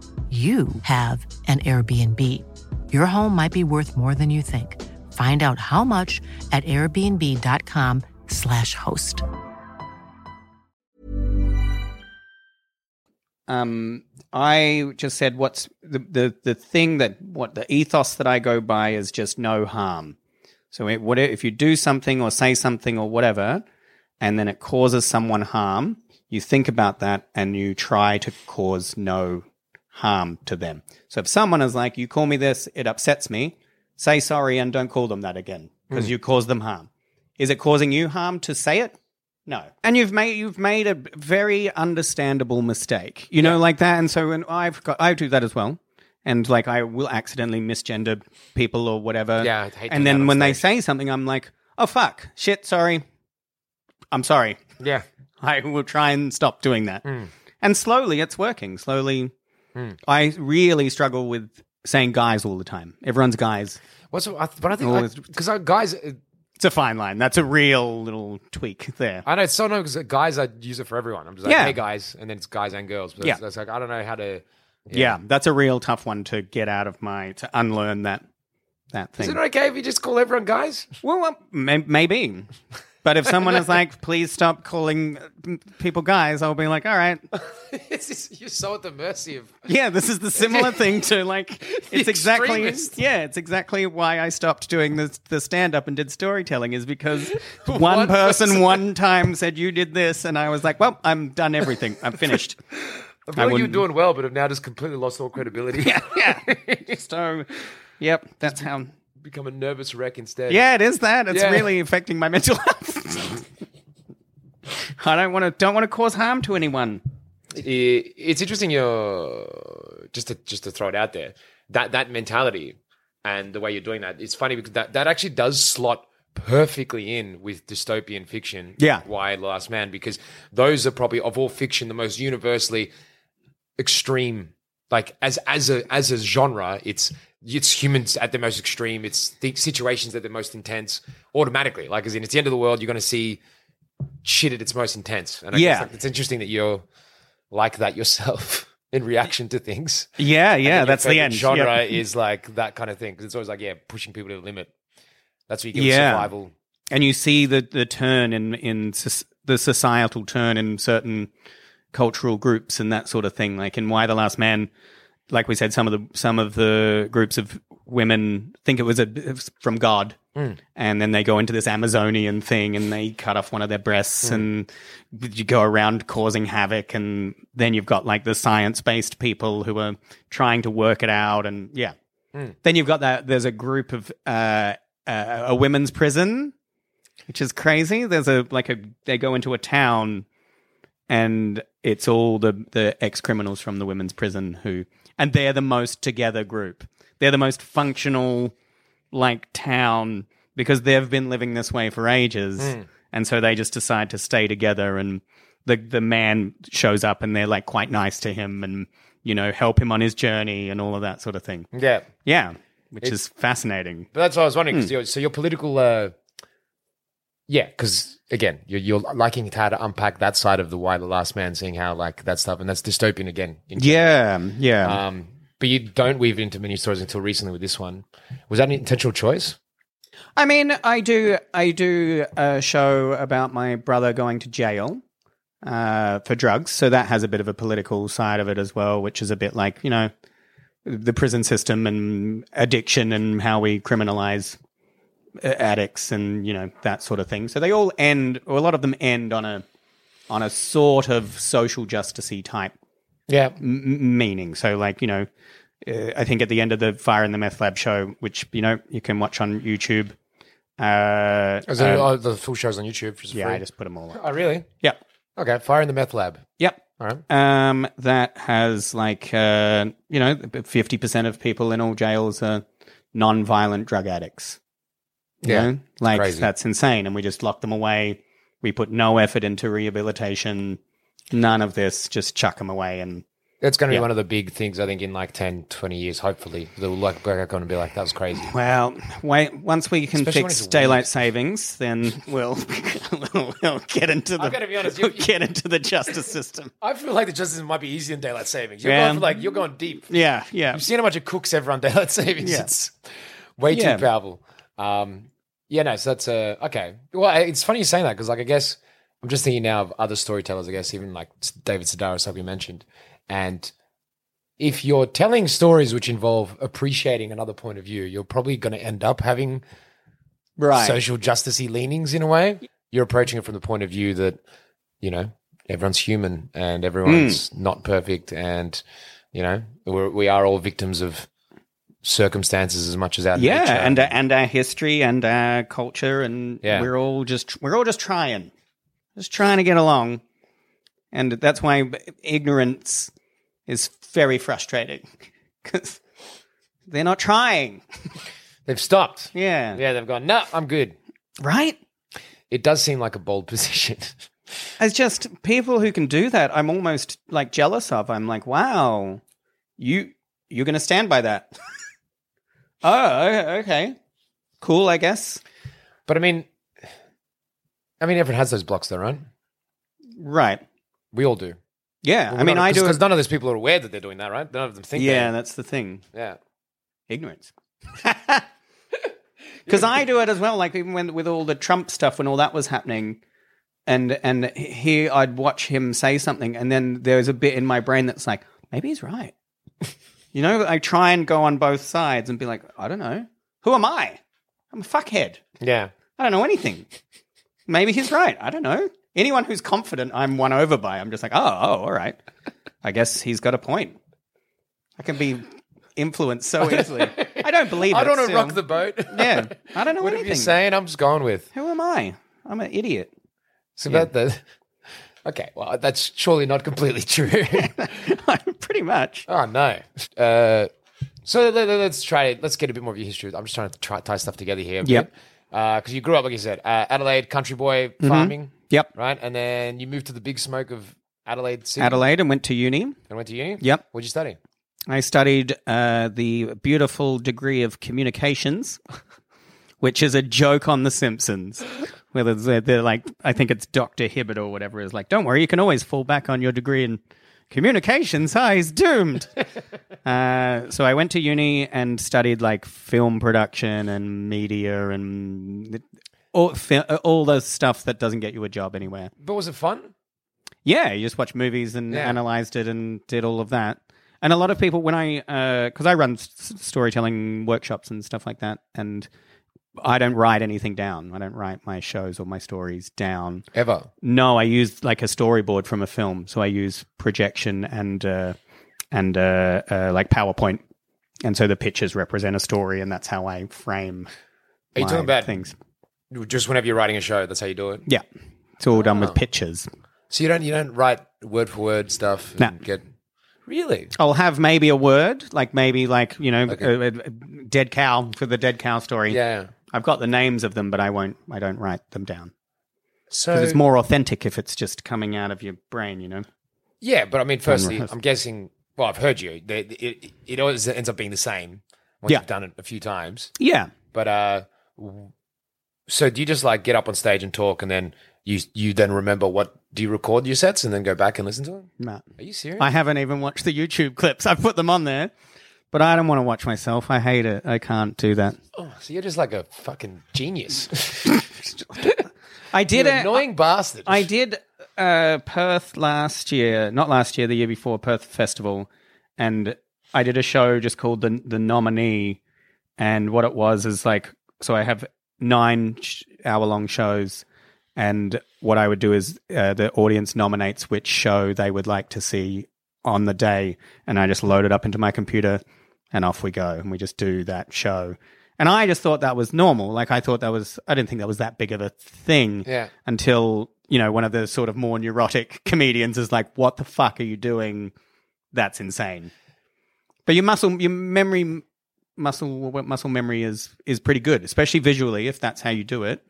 you have an Airbnb. Your home might be worth more than you think. Find out how much at airbnb.com/slash host.
um, I just said what's the, the the thing that what the ethos that I go by is just no harm. So it, what if you do something or say something or whatever, and then it causes someone harm, you think about that and you try to cause no harm to them. So if someone is like, "You call me this, it upsets me," say sorry and don't call them that again
Hmm.
because you caused them harm. Is it causing you harm to say it? No. And you've made you've made a very understandable mistake. You know, like that. And so when I've got I do that as well. And like I will accidentally misgender people or whatever.
Yeah, I hate doing
And
that
then
on
when they
stage.
say something, I'm like, oh fuck. Shit, sorry. I'm sorry.
yeah.
I will try and stop doing that.
Hmm.
And slowly it's working. Slowly I really struggle with saying guys all the time. Everyone's guys.
What's I, but I
Oh,
think
it's-
because guys, uh,
It's a fine line. That's a real little tweak there.
I know it's so annoying because guys, I use it for everyone. I'm just like,
Yeah.
hey guys, and then it's guys and girls. But
Yeah.
it's, it's like I don't know how to.
Yeah. that's a real tough one to get out of my to unlearn that that
Is
thing.
it okay if you just call everyone guys?
well, well, may- maybe But if someone is like, please stop calling people guys, I'll be like, all right.
This is- You're so at the mercy of.
Yeah, this is the similar thing to like, it's exactly,
extremist.
yeah, it's exactly why I stopped doing the, the stand up and did storytelling is because one,
One
person,
person.
one time said, you did this. And I was like, well, I'm done everything. I'm finished.
I feel like you were
wouldn't-
doing well, but have now just completely lost all credibility.
so, yep, that's how.
Become a nervous wreck instead.
Yeah, it is that. It's
Yeah.
really affecting my mental health. I don't want to don't want to cause harm to anyone.
I- it's interesting you're just to just to throw it out there that that mentality and the way you're doing that it's funny because that that actually does slot perfectly in with dystopian fiction
Yeah.
why the last man because those are probably of all fiction the most universally extreme like as as a as a genre it's it's humans at the most extreme it's the situations at the most intense automatically like as in it's the end of the world you're going to see shit at its most intense and I
Yeah.
guess like, it's interesting that you're like that yourself in reaction to things.
Yeah,
And
yeah,
your
that's the
favorite
end.
Genre
Yep.
is like that kind of thing 'cause it's always like yeah, pushing people to the limit. That's what you get
Yeah.
with survival.
And you see the the turn in in soc- the societal turn in certain cultural groups and that sort of thing. Like in Why the Last Man, like we said, some of the some of the groups of women think it was a it was from God, and then they go into this Amazonian thing and they cut off one of their breasts and you go around causing havoc. And then you've got like the science based people who are trying to work it out, and yeah. Then you've got that. There's a group of uh, uh, a women's prison, which is crazy. There's a like a they go into a town and it's all the the ex criminals from the women's prison who and they're the most together group. They're the most functional like town because they've been living this way for ages and so they just decide to stay together and the the man shows up and they're like quite nice to him and you know help him on his journey and all of that sort of thing.
Yeah,
Yeah, which is fascinating.
but that's what I was wondering. 'cause
Hmm.
your- so your political, uh, yeah, because again, you're, you're liking it how to unpack that side of the why the last man, seeing how like that stuff, and that's dystopian again. in
Yeah, yeah.
Um, but you don't weave it into many stories until recently with this one. Was that an intentional choice?
I mean, I do. I do a show about my brother going to jail uh, for drugs, so that has a bit of a political side of it as well, which is a bit like you know the prison system and addiction and how we criminalize uh, addicts and you know that sort of thing. So they all end, or a lot of them end on a on a sort of social justicey type
Yeah,
m- meaning. So, like, you know, uh, I think at the end of the Fire in the Meth Lab show, which, you know, you can watch on YouTube. Uh,
As in, oh, the full show's on YouTube. For
yeah,
free.
I just put them all up.
Oh, really?
Yeah.
Okay, fire in the meth lab.
Yep.
All right.
Um, that has like, uh, you know, 50% of people in all jails are non violent drug addicts. You
Yeah,
know? Like,
crazy.
that's insane. And we just lock them away. We put no effort into rehabilitation. None of this. Just chuck them away and
That's going to be
Yeah.
one of the big things, I think, in like 10, 20 years, hopefully. They'll like, go back on and be like, that was crazy.
Well, wait, once we can
Especially when
fix
it's
daylight
weird.
savings, then we'll, we'll, get into the
I've gotta be honest, you-
we'll get into the justice system.
I feel like the justice might be easier than daylight savings. You're
Yeah.
going for like, you're going deep.
Yeah, yeah,
I've seen how much it cooks ever on daylight savings.
Yeah.
It's way
Yeah.
too powerful. Um, yeah, no, so that's uh, okay. Well, I- it's funny you saying that because, like, I guess I'm just thinking now of other storytellers, I guess, even like S- David Sedaris, like we mentioned. And if you're telling stories which involve appreciating another point of view, you're probably going to end up having
right.
social justicey leanings in a way. You're approaching it from the point of view that you know everyone's human and everyone's
Hmm.
not perfect, and you know we're, we are all victims of circumstances as much as our
yeah,
nature.
and uh, and our history and our culture, and
Yeah.
we're all just we're all just trying, just trying to get along, and that's why ignorance is very frustrating because they're not trying.
they've stopped.
Yeah,
Yeah, they've gone. No, I'm good.
right.
It does seem like a bold position.
It's just people who can do that. I'm almost like jealous of. I'm like, wow, you you're going to stand by that. oh, o- okay, cool. I guess
but I mean, I mean, everyone has those blocks, though, right?
right.
We all do.
Yeah, I mean, I do.
because none of those people are aware that they're doing that, right? None of them think.
yeah,
they-
that's the thing.
yeah.
Ignorance. because I do it as well. Like even when with all the Trump stuff when all that was happening, and and he, I'd watch him say something, and then there's a bit in my brain that's like, maybe he's right. you know, I try and go on both sides and be like, I don't know, who am I? I'm a fuckhead.
Yeah.
I don't know anything. Maybe he's right. I don't know. Anyone who's confident, I'm won over by. I'm just like, oh, oh, all right. I guess he's got a point. I can be influenced so easily. I don't believe.
I
it
don't want to
still.
rock the boat.
Yeah, I don't know
Whatever
anything.
you're saying, I'm just going with.
Who am I? I'm an idiot.
So that the okay, well, that's surely not completely true.
Pretty much.
oh no. Uh, so let, let- let's try. Let's get a bit more of your history. I'm just trying to try, tie stuff together here.
Yep. Mm-hmm.
Because you grew up, like you said, uh, Adelaide country boy farming.
Yep.
Right, and then you moved to the big smoke of Adelaide City
Adelaide and went to uni.
and went to uni.
Yep.
What'd you study?
I studied uh, the beautiful degree of communications, which is a joke on The Simpsons. Where there's- they're, they're like, I think it's Dr. Hibbert or whatever is like, don't worry, you can always fall back on your degree in communications. I is doomed. uh, so I went to uni and studied like film production and media and uh, all, fi- all the stuff that doesn't get you a job anywhere.
But was it fun?
Yeah, you just watched movies and
Yeah.
analyzed it and did all of that. And a lot of people, when I, because I run s- storytelling workshops and stuff like that, and I don't write anything down. I don't write my shows or my stories down.
Ever?
No, I use like a storyboard from a film. So I use projection and uh, and uh, uh, like PowerPoint, and so the pictures represent a story, and that's how I frame.
Are you
my
talking about
things?
Just whenever you're writing a show, that's how you do it.
Yeah, it's all done with pictures.
So you don't you don't write word for word stuff.
No.
And Get really.
I'll have maybe a word, like maybe like you know, a, a- a dead cow for the dead cow story.
Yeah.
I've got the names of them, but I won't. I don't write them down
So
because it's more authentic if it's just coming out of your brain. You know,
Yeah, but I mean, firstly,
rehearsal.
I'm guessing. Well, I've heard you. They, it, it always ends up being the same once
Yeah.
you've done it a few times.
yeah.
But uh, w- so do you just like get up on stage and talk, and then you you then remember what do you record your sets, and then go back and listen to them?
No.
Are you serious?
I haven't even watched the YouTube clips. I've put them on there, but I don't want to watch myself. I hate it. I can't do that.
oh, so you're just like a fucking genius,
I did
you
it.
annoying bastard.
I did uh, Perth last year, not last year, the year before Perth Festival, and I did a show just called the the nominee, and what it was is like so I have nine sh- hour long shows, and what I would do is uh, the audience nominates which show they would like to see on the day, and I just load it up into my computer, and off we go, and we just do that show. And I just thought that was normal. Like I thought that was, I didn't think that was that big of a thing
Yeah.
until you know one of the sort of more neurotic comedians is like, "What the fuck are you doing? That's insane." But your muscle, your memory, muscle, what muscle memory is is pretty good, especially visually if that's how you do it.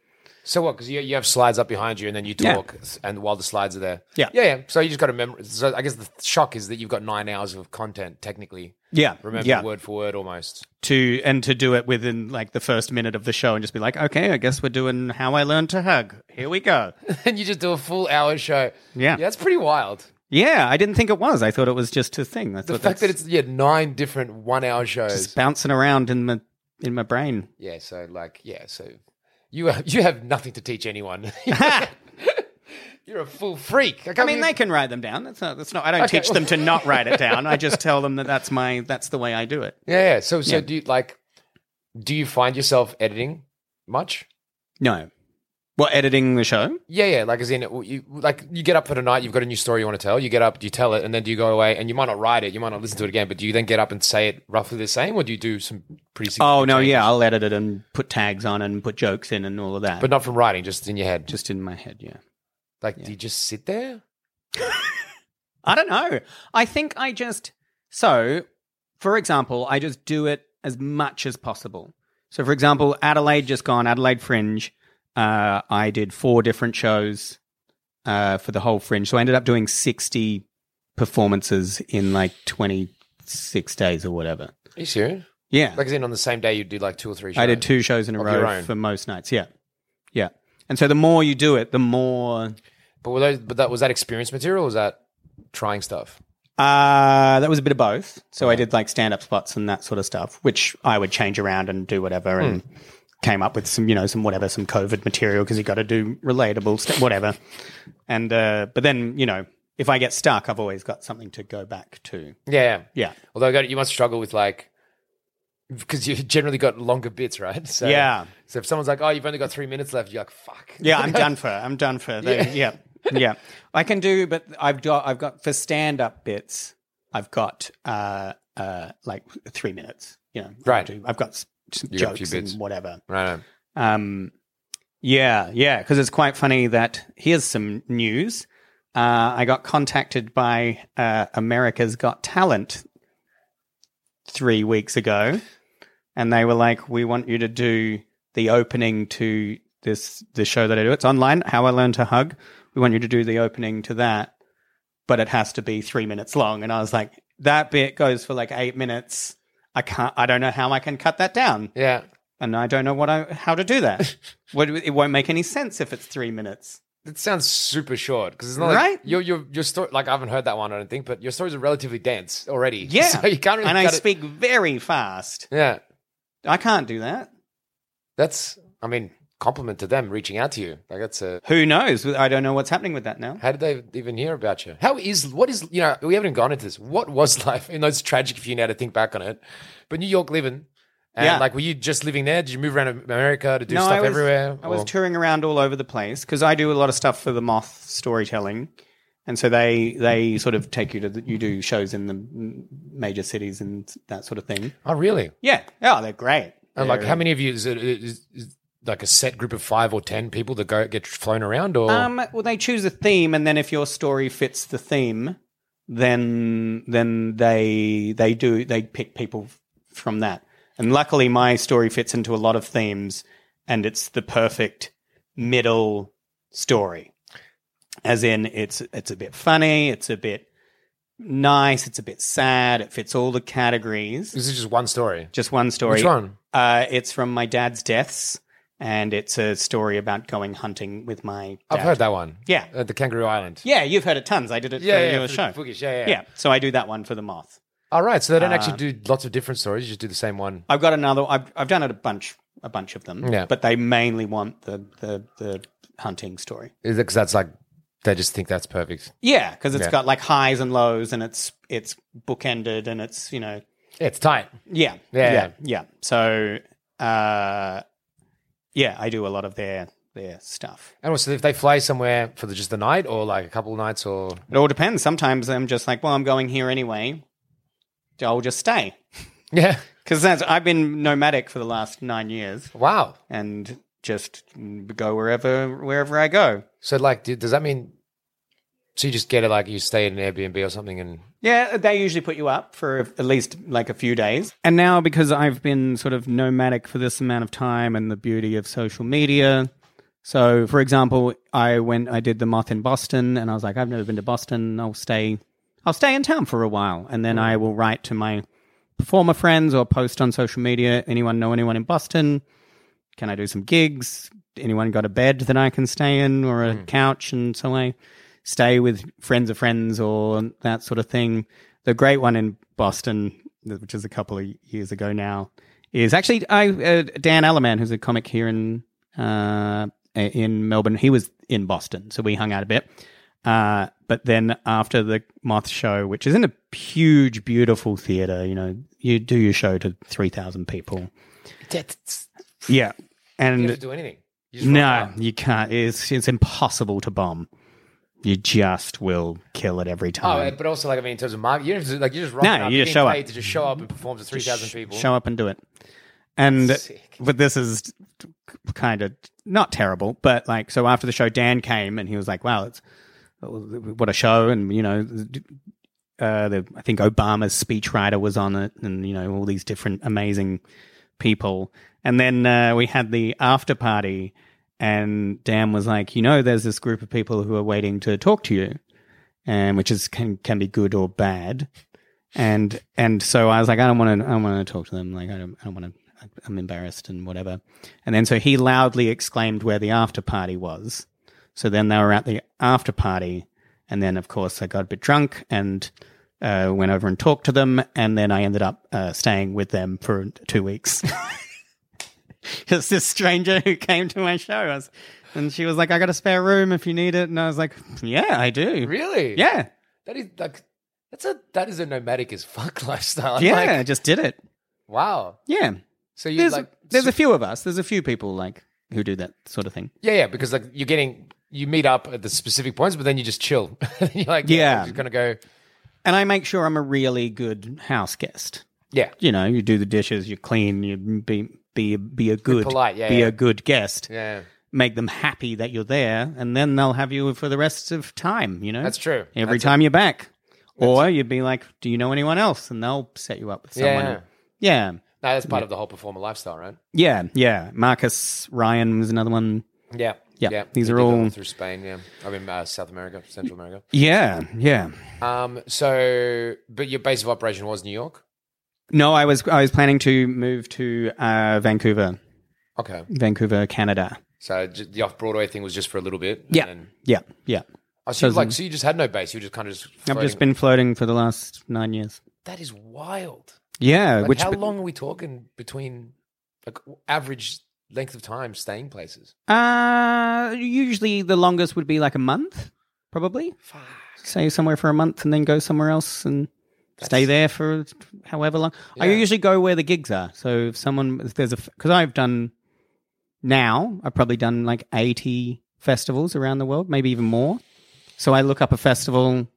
So what? Because you, you have slides up behind you, and then you
Yeah.
talk, and while the slides are there,
Yeah.
yeah, yeah. So you just got to remember. So I guess the shock is that you've got nine hours of content technically.
Yeah,
Remember
yeah.
word for word almost.
To and to do it within like the first minute of the show and just be like, "Okay, I guess we're doing how I learned to hug. Here we go."
and you just do a full hour show.
Yeah.
yeah, that's pretty wild.
yeah, I didn't think it was. I thought it was just a thing. I
The
thought
fact that
that's
it's yeah nine different one hour shows.
just bouncing around in my in my brain.
yeah, so like yeah, so you have, you have nothing to teach anyone. You're a full freak.
I mean, they can write them down. That's not. That's not. I don't
Okay.
teach them to not write it down. I just tell them that that's my. That's the way I do it.
yeah, yeah. So so do you like? Do you find yourself editing much?
No. Well, editing the show.
Yeah, yeah. Like as in, you like you get up for the night. You've got a new story you want to tell. You get up, you tell it, and then do you go away? And you might not write it. You might not listen to it again. But do you then get up and say it roughly the same, or do you do some pretty?
Oh
significant
no,
changes?
yeah, I'll edit it and put tags on and put jokes in and all of that.
But not from writing, just in your head. Just
just in my head, yeah.
like do you just sit there?
I don't know. I think I just so, for example, I just do it as much as possible. So, for example, Adelaide just gone Adelaide Fringe. Uh, I did four different shows uh, for the whole Fringe, so I ended up doing sixty performances in like twenty six days or whatever.
Are you serious?
Yeah,
Like as in on the same day you did like two or three shows.
I did two shows in a
Of your
row
own.
for most nights. Yeah, yeah. And so the more you do it, the more
But were those but that was that experience material or was that trying stuff?
Uh, that was a bit of
Hmm.
both. So I did like stand up spots and that sort of stuff, which I would change around and do whatever. And came up with some, you know, some whatever, some COVID material because you got to do relatable stuff, whatever. And uh, but then, you know, if I get stuck, I've always got something to go back to.
Yeah.
Yeah.
Although I got, you must struggle with like, because you've generally got longer bits, right? So,
Yeah.
So if someone's like, oh, you've only got three minutes left, you're like, fuck.
Yeah, I'm done for. I'm done for. They, yeah. yeah, I can do, but I've got I've got for stand up bits. I've got uh uh like three minutes. You know, I can
Right.
do- I've got s- some
You got a few
jokes
bits.
and whatever.
Right. on.
Um, yeah, yeah, because it's quite funny that here's some news. Uh, I got contacted by uh, America's Got Talent three weeks ago, and they were like, "We want you to do the opening to this the show that I do. It's online. How I Learned to Hug. We want you to do the opening to that, but it has to be three minutes long." And I was like, "That bit goes for like eight minutes. I can't. I don't know how I can cut that down."
Yeah.
and I don't know what I how to do that. what, it won't make any sense if it's three minutes.
It sounds super short because it's not like
Right?
your your your story. Like I haven't heard that one, I don't think, but your stories are relatively dense already.
Yeah,
so you can't really.
and I
cut it-
speak very fast.
Yeah,
I can't do that.
that's. I mean, compliment to them reaching out to you. Like that's a.
Who knows? I don't know what's happening with that now.
How did they even hear about you? How is what is you know we haven't even gone into this. What was life? You know, it's tragic if you now to think back on it. But New York living, and
Yeah.
like were you just living there? Did you move around America to do
no,
stuff
I was,
everywhere?
I was
Or-
touring around all over the place because I do a lot of stuff for the Moth Storytelling, and so they they sort of take you to the, you do shows in the mm, major cities and that sort of thing.
oh really?
Yeah, oh, they're great.
And like how many of you is it is, is like a set group of five or ten people that go get flown around or
Um, well, they choose a theme, and then if your story fits the theme, then then they they do they pick people f- from that. And luckily, my story fits into a lot of themes, and it's the perfect middle story. As in, it's it's a bit funny, it's a bit nice, it's a bit sad. It fits all the categories.
is it just one story?
Just one story.
Which one?
Uh, it's from my dad's deaths, and it's a story about going hunting with my. Dad.
I've heard that one.
Yeah.
At the Kangaroo Island.
Yeah, you've heard it tons. I did it
Yeah,
for
yeah,
your
for
show.
Bookish, yeah, yeah.
so I do that one for the moth.
All right. So they don't
Um,
actually do lots of different stories. You just do the same one.
I've got another. I've I've done it a bunch, a bunch of them.
Yeah.
but they mainly want the the the hunting story.
Because that's like, they just think that's perfect.
Yeah, because it's
Yeah.
got like highs and lows, and it's it's bookended, and it's you know
Yeah, it's tight.
yeah
Yeah.
yeah yeah. So uh, yeah, I do a lot of their their stuff.
And also, if they fly somewhere for the, just the night or like a couple of nights or.
It all depends. Sometimes I'm just like, well, I'm going here anyway. I'll just stay
Yeah.
because that's I've been nomadic for the last nine years.
Wow.
and just go wherever wherever I go.
So, like, do, does that mean. So you just get it, like, you stay in an Airbnb or something and.
Yeah, they usually put you up for at least like a few days. And now because I've been sort of nomadic for this amount of time and the beauty of social media. So, for example, I went I did the moth in Boston and I was like I've never been to Boston. I'll stay I'll stay in town for a while and then I will write to my performer friends or post on social media, anyone know anyone in Boston? Can I do some gigs? Anyone got a bed that I can stay in or a couch and so I stay with friends of friends or that sort of thing. The great one in Boston, which is a couple of years ago now, is actually I uh, Dan Allerman, who's a comic here in uh, in Melbourne. He was in Boston, so we hung out a bit. Uh, but then after the Moth show, which is in a huge, beautiful theater, you know, you do your show to three thousand people.
That's,
Yeah,
you don't
and
have to do anything. You just rock
no,
out.
you can't. It's it's impossible to bomb. You just will kill it every
Oh,
time.
but also, like, I mean, in terms of market, you don't have to, like, you just rock
No,
out.
you
You're
just
being
show
paid
up.
to just show up and perform to 3,000 people.
Show up and do it. And
Sick.
but this is kind of not terrible, but like so after the show, Dan came and he was like, "Wow, it's what a show!" And you know, uh, the, I think Obama's speechwriter was on it, and you know, all these different amazing people. And then uh, we had the after party, and Dan was like, "You know, there's this group of people who are waiting to talk to you." and which is can can be good or bad. And and so I was like, I don't want to, I don't want to talk to them. Like I don't, I don't want to. I'm embarrassed and whatever. And then so he loudly exclaimed where the after party was. So then they were at the after party, and then of course I got a bit drunk and. Uh, went over and talked to them, and then I ended up uh, staying with them for two weeks. It's this stranger who came to my show. I was- and she was like, I got a spare room if you need it. And I was like, yeah, I do.
Really?
Yeah.
That is like that's a that is a nomadic as fuck lifestyle.
Yeah, I
Uh, Like,
just did it.
wow.
Yeah.
So you
There's,
like
there's a
so-
few of us. There's a few people like who do that sort of thing.
yeah yeah because like you're getting you meet up at the specific points, but then you just chill. you're like
Yeah.
I'm just gonna go
And I make sure I'm a really good house guest.
yeah
You know, you do the dishes, you clean, you be be be a good
polite, yeah,
be
yeah.
a good guest.
yeah
Make them happy that you're there, and then they'll have you for the rest of time. You know,
That's true.
Every
That's
time you're back, or you'd be like, "Do you know anyone else?" And they'll set you up with someone.
yeah.
yeah,
No, that's part of the whole performer lifestyle, right?
yeah, yeah. Marcus Ryan was another one.
Yeah.
Yeah, these
You
are
did that
all-
through Spain. Yeah, I mean uh, South America, Central America.
Yeah, yeah.
Um, so but your base of operation was New York.
No, I was I was planning to move to uh, Vancouver,
Okay,
Vancouver, Canada.
so ju- the off Broadway thing was just for a little bit. and then-
yeah, yeah.
Oh, so you, like so you just had no base. You were just kind of just.
I've
floating.
just been floating for the last nine years.
That is wild.
Yeah,
Like,
which
how long are we talking between like average length of time staying places?
Uh, usually the longest would be like a month, probably.
Fuck.
Stay somewhere for a month and then go somewhere else and stay there for however long. I
Yeah.
usually go where the gigs are. So if someone if there's a because I've done now I've probably done like eighty festivals around the world, maybe even more. So I look up a festival,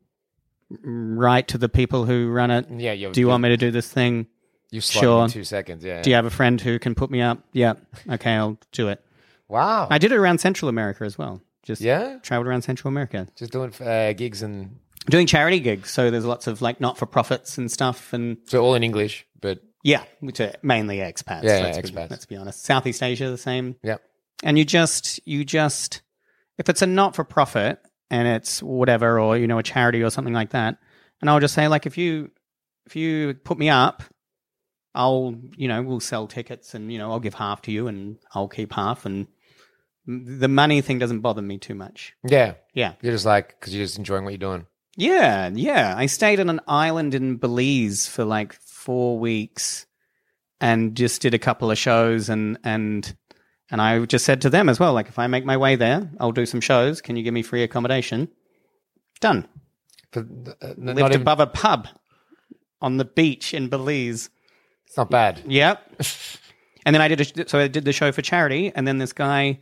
write to the people who run it.
Yeah, you
Do you want me to do this thing?
You slide
Sure.
in two seconds. Yeah.
Do you have a friend who can put me up? Yeah. Okay, I'll do it.
Wow.
I did it around Central America as well. Just
Oh. yeah.
traveled around Central America
Just doing uh, gigs and
doing charity gigs. So there's lots of like not for profits and stuff, and
so all in English, but
yeah, which are mainly expats.
Yeah, yeah,
let's Be,
expats.
let's be honest. Southeast Asia the same,
yeah.
and you just you just if it's a not for profit and it's whatever or you know a charity or something like that, and I'll just say like if you if you put me up. I'll, you know, we'll sell tickets and, you know, I'll give half to you and I'll keep half. And the money thing doesn't bother me too much.
Yeah.
Yeah.
You're just like, because you're just enjoying what you're doing.
Yeah, yeah. I stayed on an island in Belize for like four weeks and just did a couple of shows and and and I just said to them as well, like if I make my way there, I'll do some shows. Can you give me free accommodation? Done.
But uh, n- not
Lived
even-
above a pub on the beach in Belize.
it's not bad.
Yep. and then I did a, sh- so I did the show for charity, and then this guy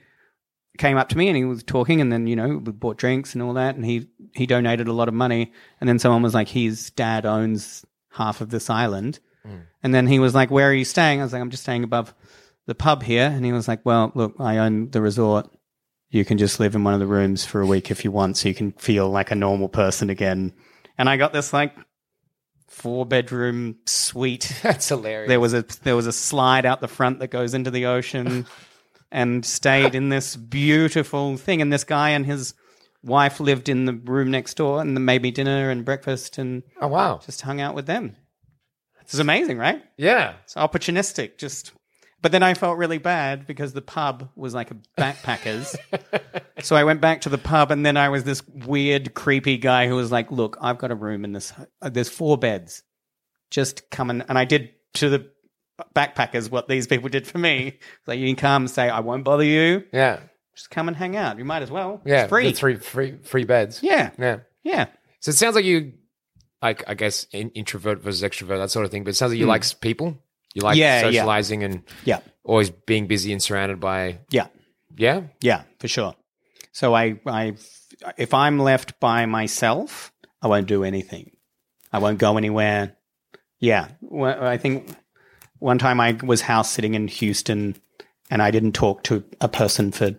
came up to me and he was talking, and then you know we bought drinks and all that, and he he donated a lot of money, and then someone was like, his dad owns half of this island, and then he was like, where are you staying? I was like, I'm just staying above the pub here, and he was like, well, look, I own the resort. You can just live in one of the rooms for a week if you want, so you can feel like a normal person again. And I got this like four bedroom suite
That's hilarious.
there was a there was a slide out the front that goes into the ocean and stayed in this beautiful thing and this guy and his wife lived in the room next door and then made me dinner and breakfast and
oh, wow.
just hung out with them it's amazing right
yeah.
it's opportunistic just but then i felt really bad because the pub was like a backpackers so i went back to the pub and then i was this weird creepy guy who was like look i've got a room in this uh, there's four beds just come and and i did to the backpackers what these people did for me like you can come say i won't bother you
Yeah.
just come and hang out you might as well
Yeah.
it's free
the Three, free, free beds.
yeah
Yeah.
yeah
So it sounds like you, like, I guess, in, introvert versus extrovert, that sort of thing. But it sounds like you like people. You like
Hmm. Yeah, yeah.
socializing and
yeah
always being busy and surrounded by,
yeah
yeah.
Yeah, for sure. So I, I, if I'm left by myself, I won't do anything. I won't go anywhere. Yeah, well, I think one time I was house sitting in Houston, and I didn't talk to a person for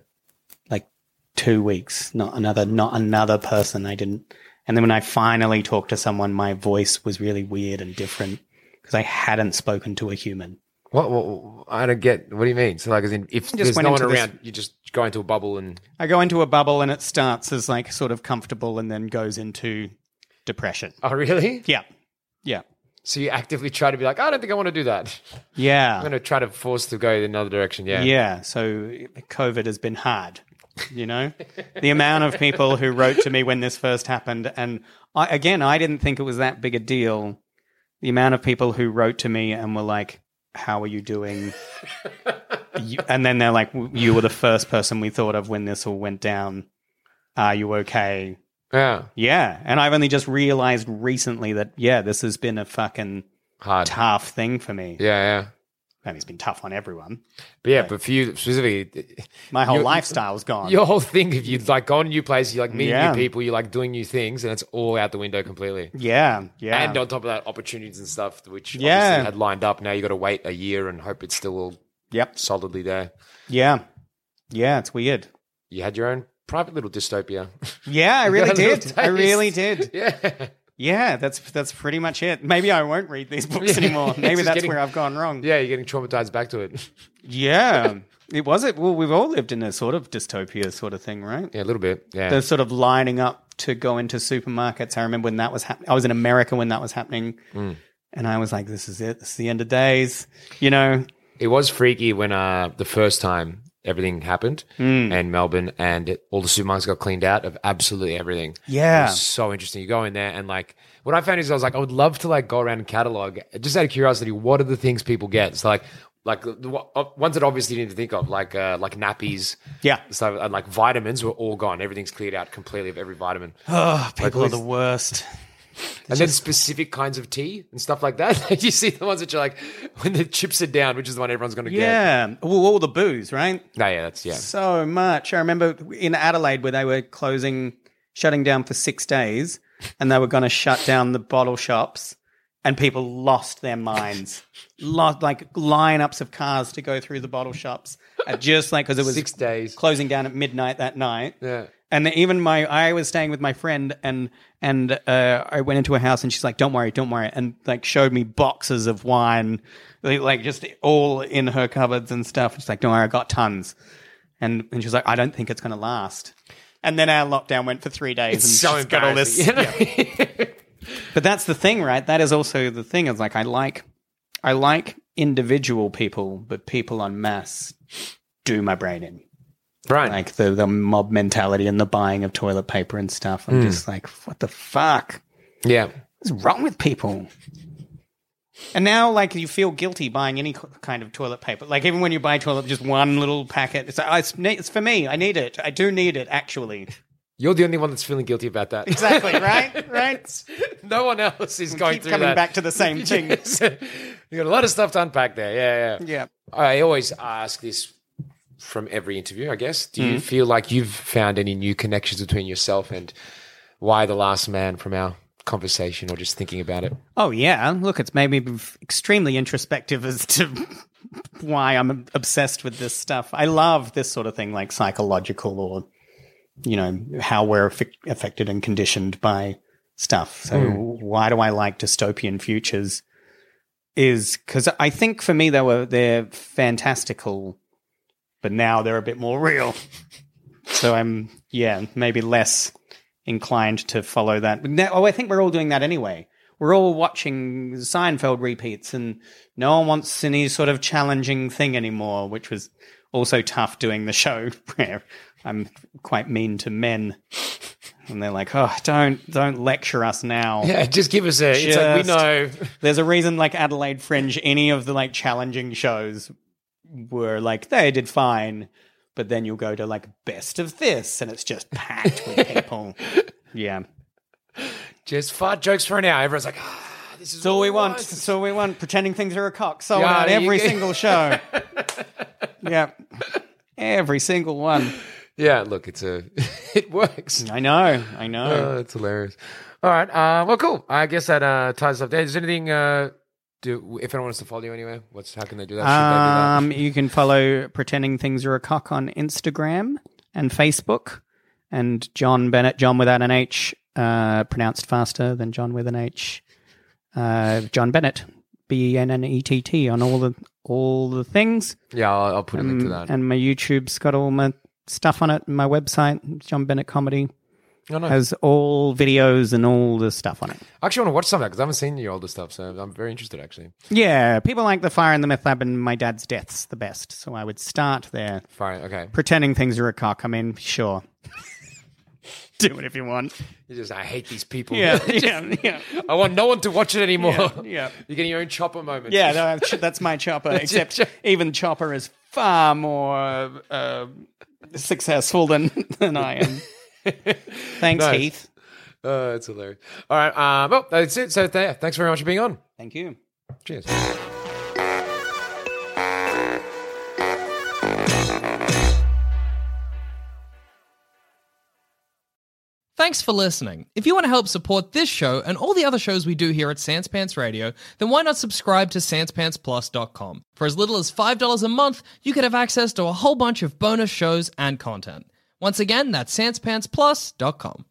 like two weeks. Not another, not another person. I didn't. And then when I finally talked to someone, my voice was really weird and different because I hadn't spoken to a human.
What, what- I don't get. What do you mean? So, like, as in, if there's
went
no one
into this-
around, you just go into a bubble and
I go into a bubble and it starts as like sort of comfortable and then goes into depression.
oh, really?
Yeah. Yeah.
So you actively try to be like, I don't think I want to do that. I'm
Yeah.
going to try to force to go in another direction. Yeah.
Ah. Yeah. So COVID has been hard, you know? the amount of people who wrote to me when this first happened. And I, again, I didn't think it was that big a deal. The amount of people who wrote to me and were like, how are you doing? You- and then they're like, you were the first person we thought of when this all went down. Are you okay?
Yeah.
Yeah. And I've only just realized recently that, yeah, this has been a fucking
Hard.
tough thing for me.
Yeah, yeah.
And it's been tough on everyone.
But yeah, but for you specifically,
My whole
Your-
lifestyle's gone.
your whole thing, if you'd like gone new places, you like meeting
Yeah.
new people, you like doing new things, and it's all out the window completely.
yeah. Yeah.
And on top of that, opportunities and stuff which
Yeah.
obviously had lined up. Now you got to wait a year and hope it's still all
yep.
solidly there.
Yeah. Yeah. It's weird.
You had your own private little dystopia.
Yeah, I really
got a little
did. I
taste.
really did.
yeah.
Yeah, that's that's pretty much it. Maybe I won't read these books
Yeah.
anymore. Maybe
Just
that's
kidding.
where I've gone wrong.
Yeah, you're getting traumatized back to it.
Yeah. it was it. Well, we've all lived in a sort of dystopia sort of thing, right?
Yeah, a little bit. Yeah.
They're sort of lining up to go into supermarkets. I remember when that was happening. I was in America when that was happening.
Mm.
And I was like, this is it. This is the end of days. You know?
It was freaky when uh, the first time everything happened
Hmm.
in Melbourne and it, all the supermarkets got cleaned out of absolutely everything. It
Yeah.
was so interesting. You go in there and like what I found is I was like, I would love to like go around and catalog just out of curiosity, what are the things people get? So like like the- the wa- uh, ones that obviously you didn't think of, like uh, like nappies,
Yeah.
so and like vitamins were all gone. Everything's cleared out completely of every vitamin,
Oh, people are
least-
the worst.
and then specific kinds of tea and stuff like that. you see the ones that you're like when the chips are down, which is the one everyone's going to get.
Yeah. Well, all the booze, right?
No, yeah, that's yeah.
So much. I remember in Adelaide where they were closing, shutting down for six days, and they were going to shut down the bottle shops, and people lost their minds. lost like lineups of cars to go through the bottle shops, uh, just like because it was
Six days.
closing down at midnight that night.
Yeah.
And then even my, I was staying with my friend, and and uh, I went into a house, and she's like, "Don't worry, don't worry," and like showed me boxes of wine, like like, just all in her cupboards and stuff. She's like, "Don't worry, I got tons," and and she's like, "I don't think it's going to last." And then our lockdown went for three days, and
so
she's got all this.
embarrassing,
But that's the thing, right? That is also the thing. Is like I like, I like individual people, but people en masse do my brain in
Brian,
like the the mob mentality and the buying of toilet paper and stuff. I'm just like, what the fuck
yeah,
is wrong with people? And now, like, you feel guilty buying any co- kind of toilet paper. Like, even when you buy toilet, just one little packet. It's like, oh, it's, ne- it's for me. I need it. I do need it, actually.
you're the only one that's feeling guilty about that.
Exactly. Right. Right.
no one else is going
Keep
through
coming
that.
back to the same thing.
Yes. you got a lot of stuff to unpack there. Yeah, yeah.
Yeah.
I always ask this from every interview, I guess. Do
Mm-hmm.
you feel like you've found any new connections between yourself and why the last man from our conversation or just thinking about it?
Oh yeah. Look, it's made me b- extremely introspective as to why I'm obsessed with this stuff. I love this sort of thing, like psychological or you know how we're affic- affected and conditioned by stuff. So why do I like dystopian futures? Is because I think for me they were they're fantastical, but now they're a bit more real. so I'm yeah maybe less inclined to follow that. But now- oh, I think we're all doing that anyway. We're all watching Seinfeld repeats, and no one wants any sort of challenging thing anymore, which was also tough doing the show where I'm quite mean to men, and they're like, "Oh, don't don't lecture us now."
Yeah, just give us a. It's like we
Just-
know.
There's a reason, like Adelaide Fringe, any of the like challenging shows were like they did fine, but then you'll go to like best of this, and it's just packed with people. Yeah.
Just fart jokes for an hour. Everyone's like, ah, this is
It's all
what
we want. It's all we want. Pretending things are a cock. So
Yeah,
on
there you
every
go.
single show. yeah. Every single one.
Yeah, look, it's a. it works.
I know. I know.
Oh, that's hilarious. All right. Uh, well, cool. I guess that uh, ties up there. Is there anything? Uh, do if anyone wants to follow you anywhere, what's how can they do that? Should
um, you can follow Pretending Things Are a Cock on Instagram and Facebook. And John Bennett, John without an H, uh, pronounced faster than John with an H. Uh, John Bennett, B E N N E T T on all the all the things.
they do that? Yeah, I'll, I'll put a link to that.
And my YouTube's got all my stuff on it. My website, John Bennett Comedy,
No, no.
has all videos and all the stuff on it.
I actually want to watch some of that because I haven't seen your older stuff, so I'm very interested actually.
Yeah, people like The Fire and the Myth Lab and My Dad's Death's the best. So I would start there.
Fine. Okay.
Pretending things are a cock. I mean, sure. do it if you want.
You just, I hate these people.
Yeah, yeah, yeah.
I want no one to watch it anymore.
Yeah, yeah.
You're getting your own chopper moment.
Yeah, no, I've- that's my chopper. Except
your
even chopper is far more uh, successful than than I am. Thanks,
Nice.
Heath.
Oh, that's hilarious. All right. Um, well, that's it. So th- thanks very much for being on.
Thank you.
Cheers.
Thanks for listening. If you want to help support this show and all the other shows we do here at Sans Pants Radio, then why not subscribe to SansPantsPlus.com? For as little as $5 a month, you could have access to a whole bunch of bonus shows and content. Once again, that's SansPantsPlus.com.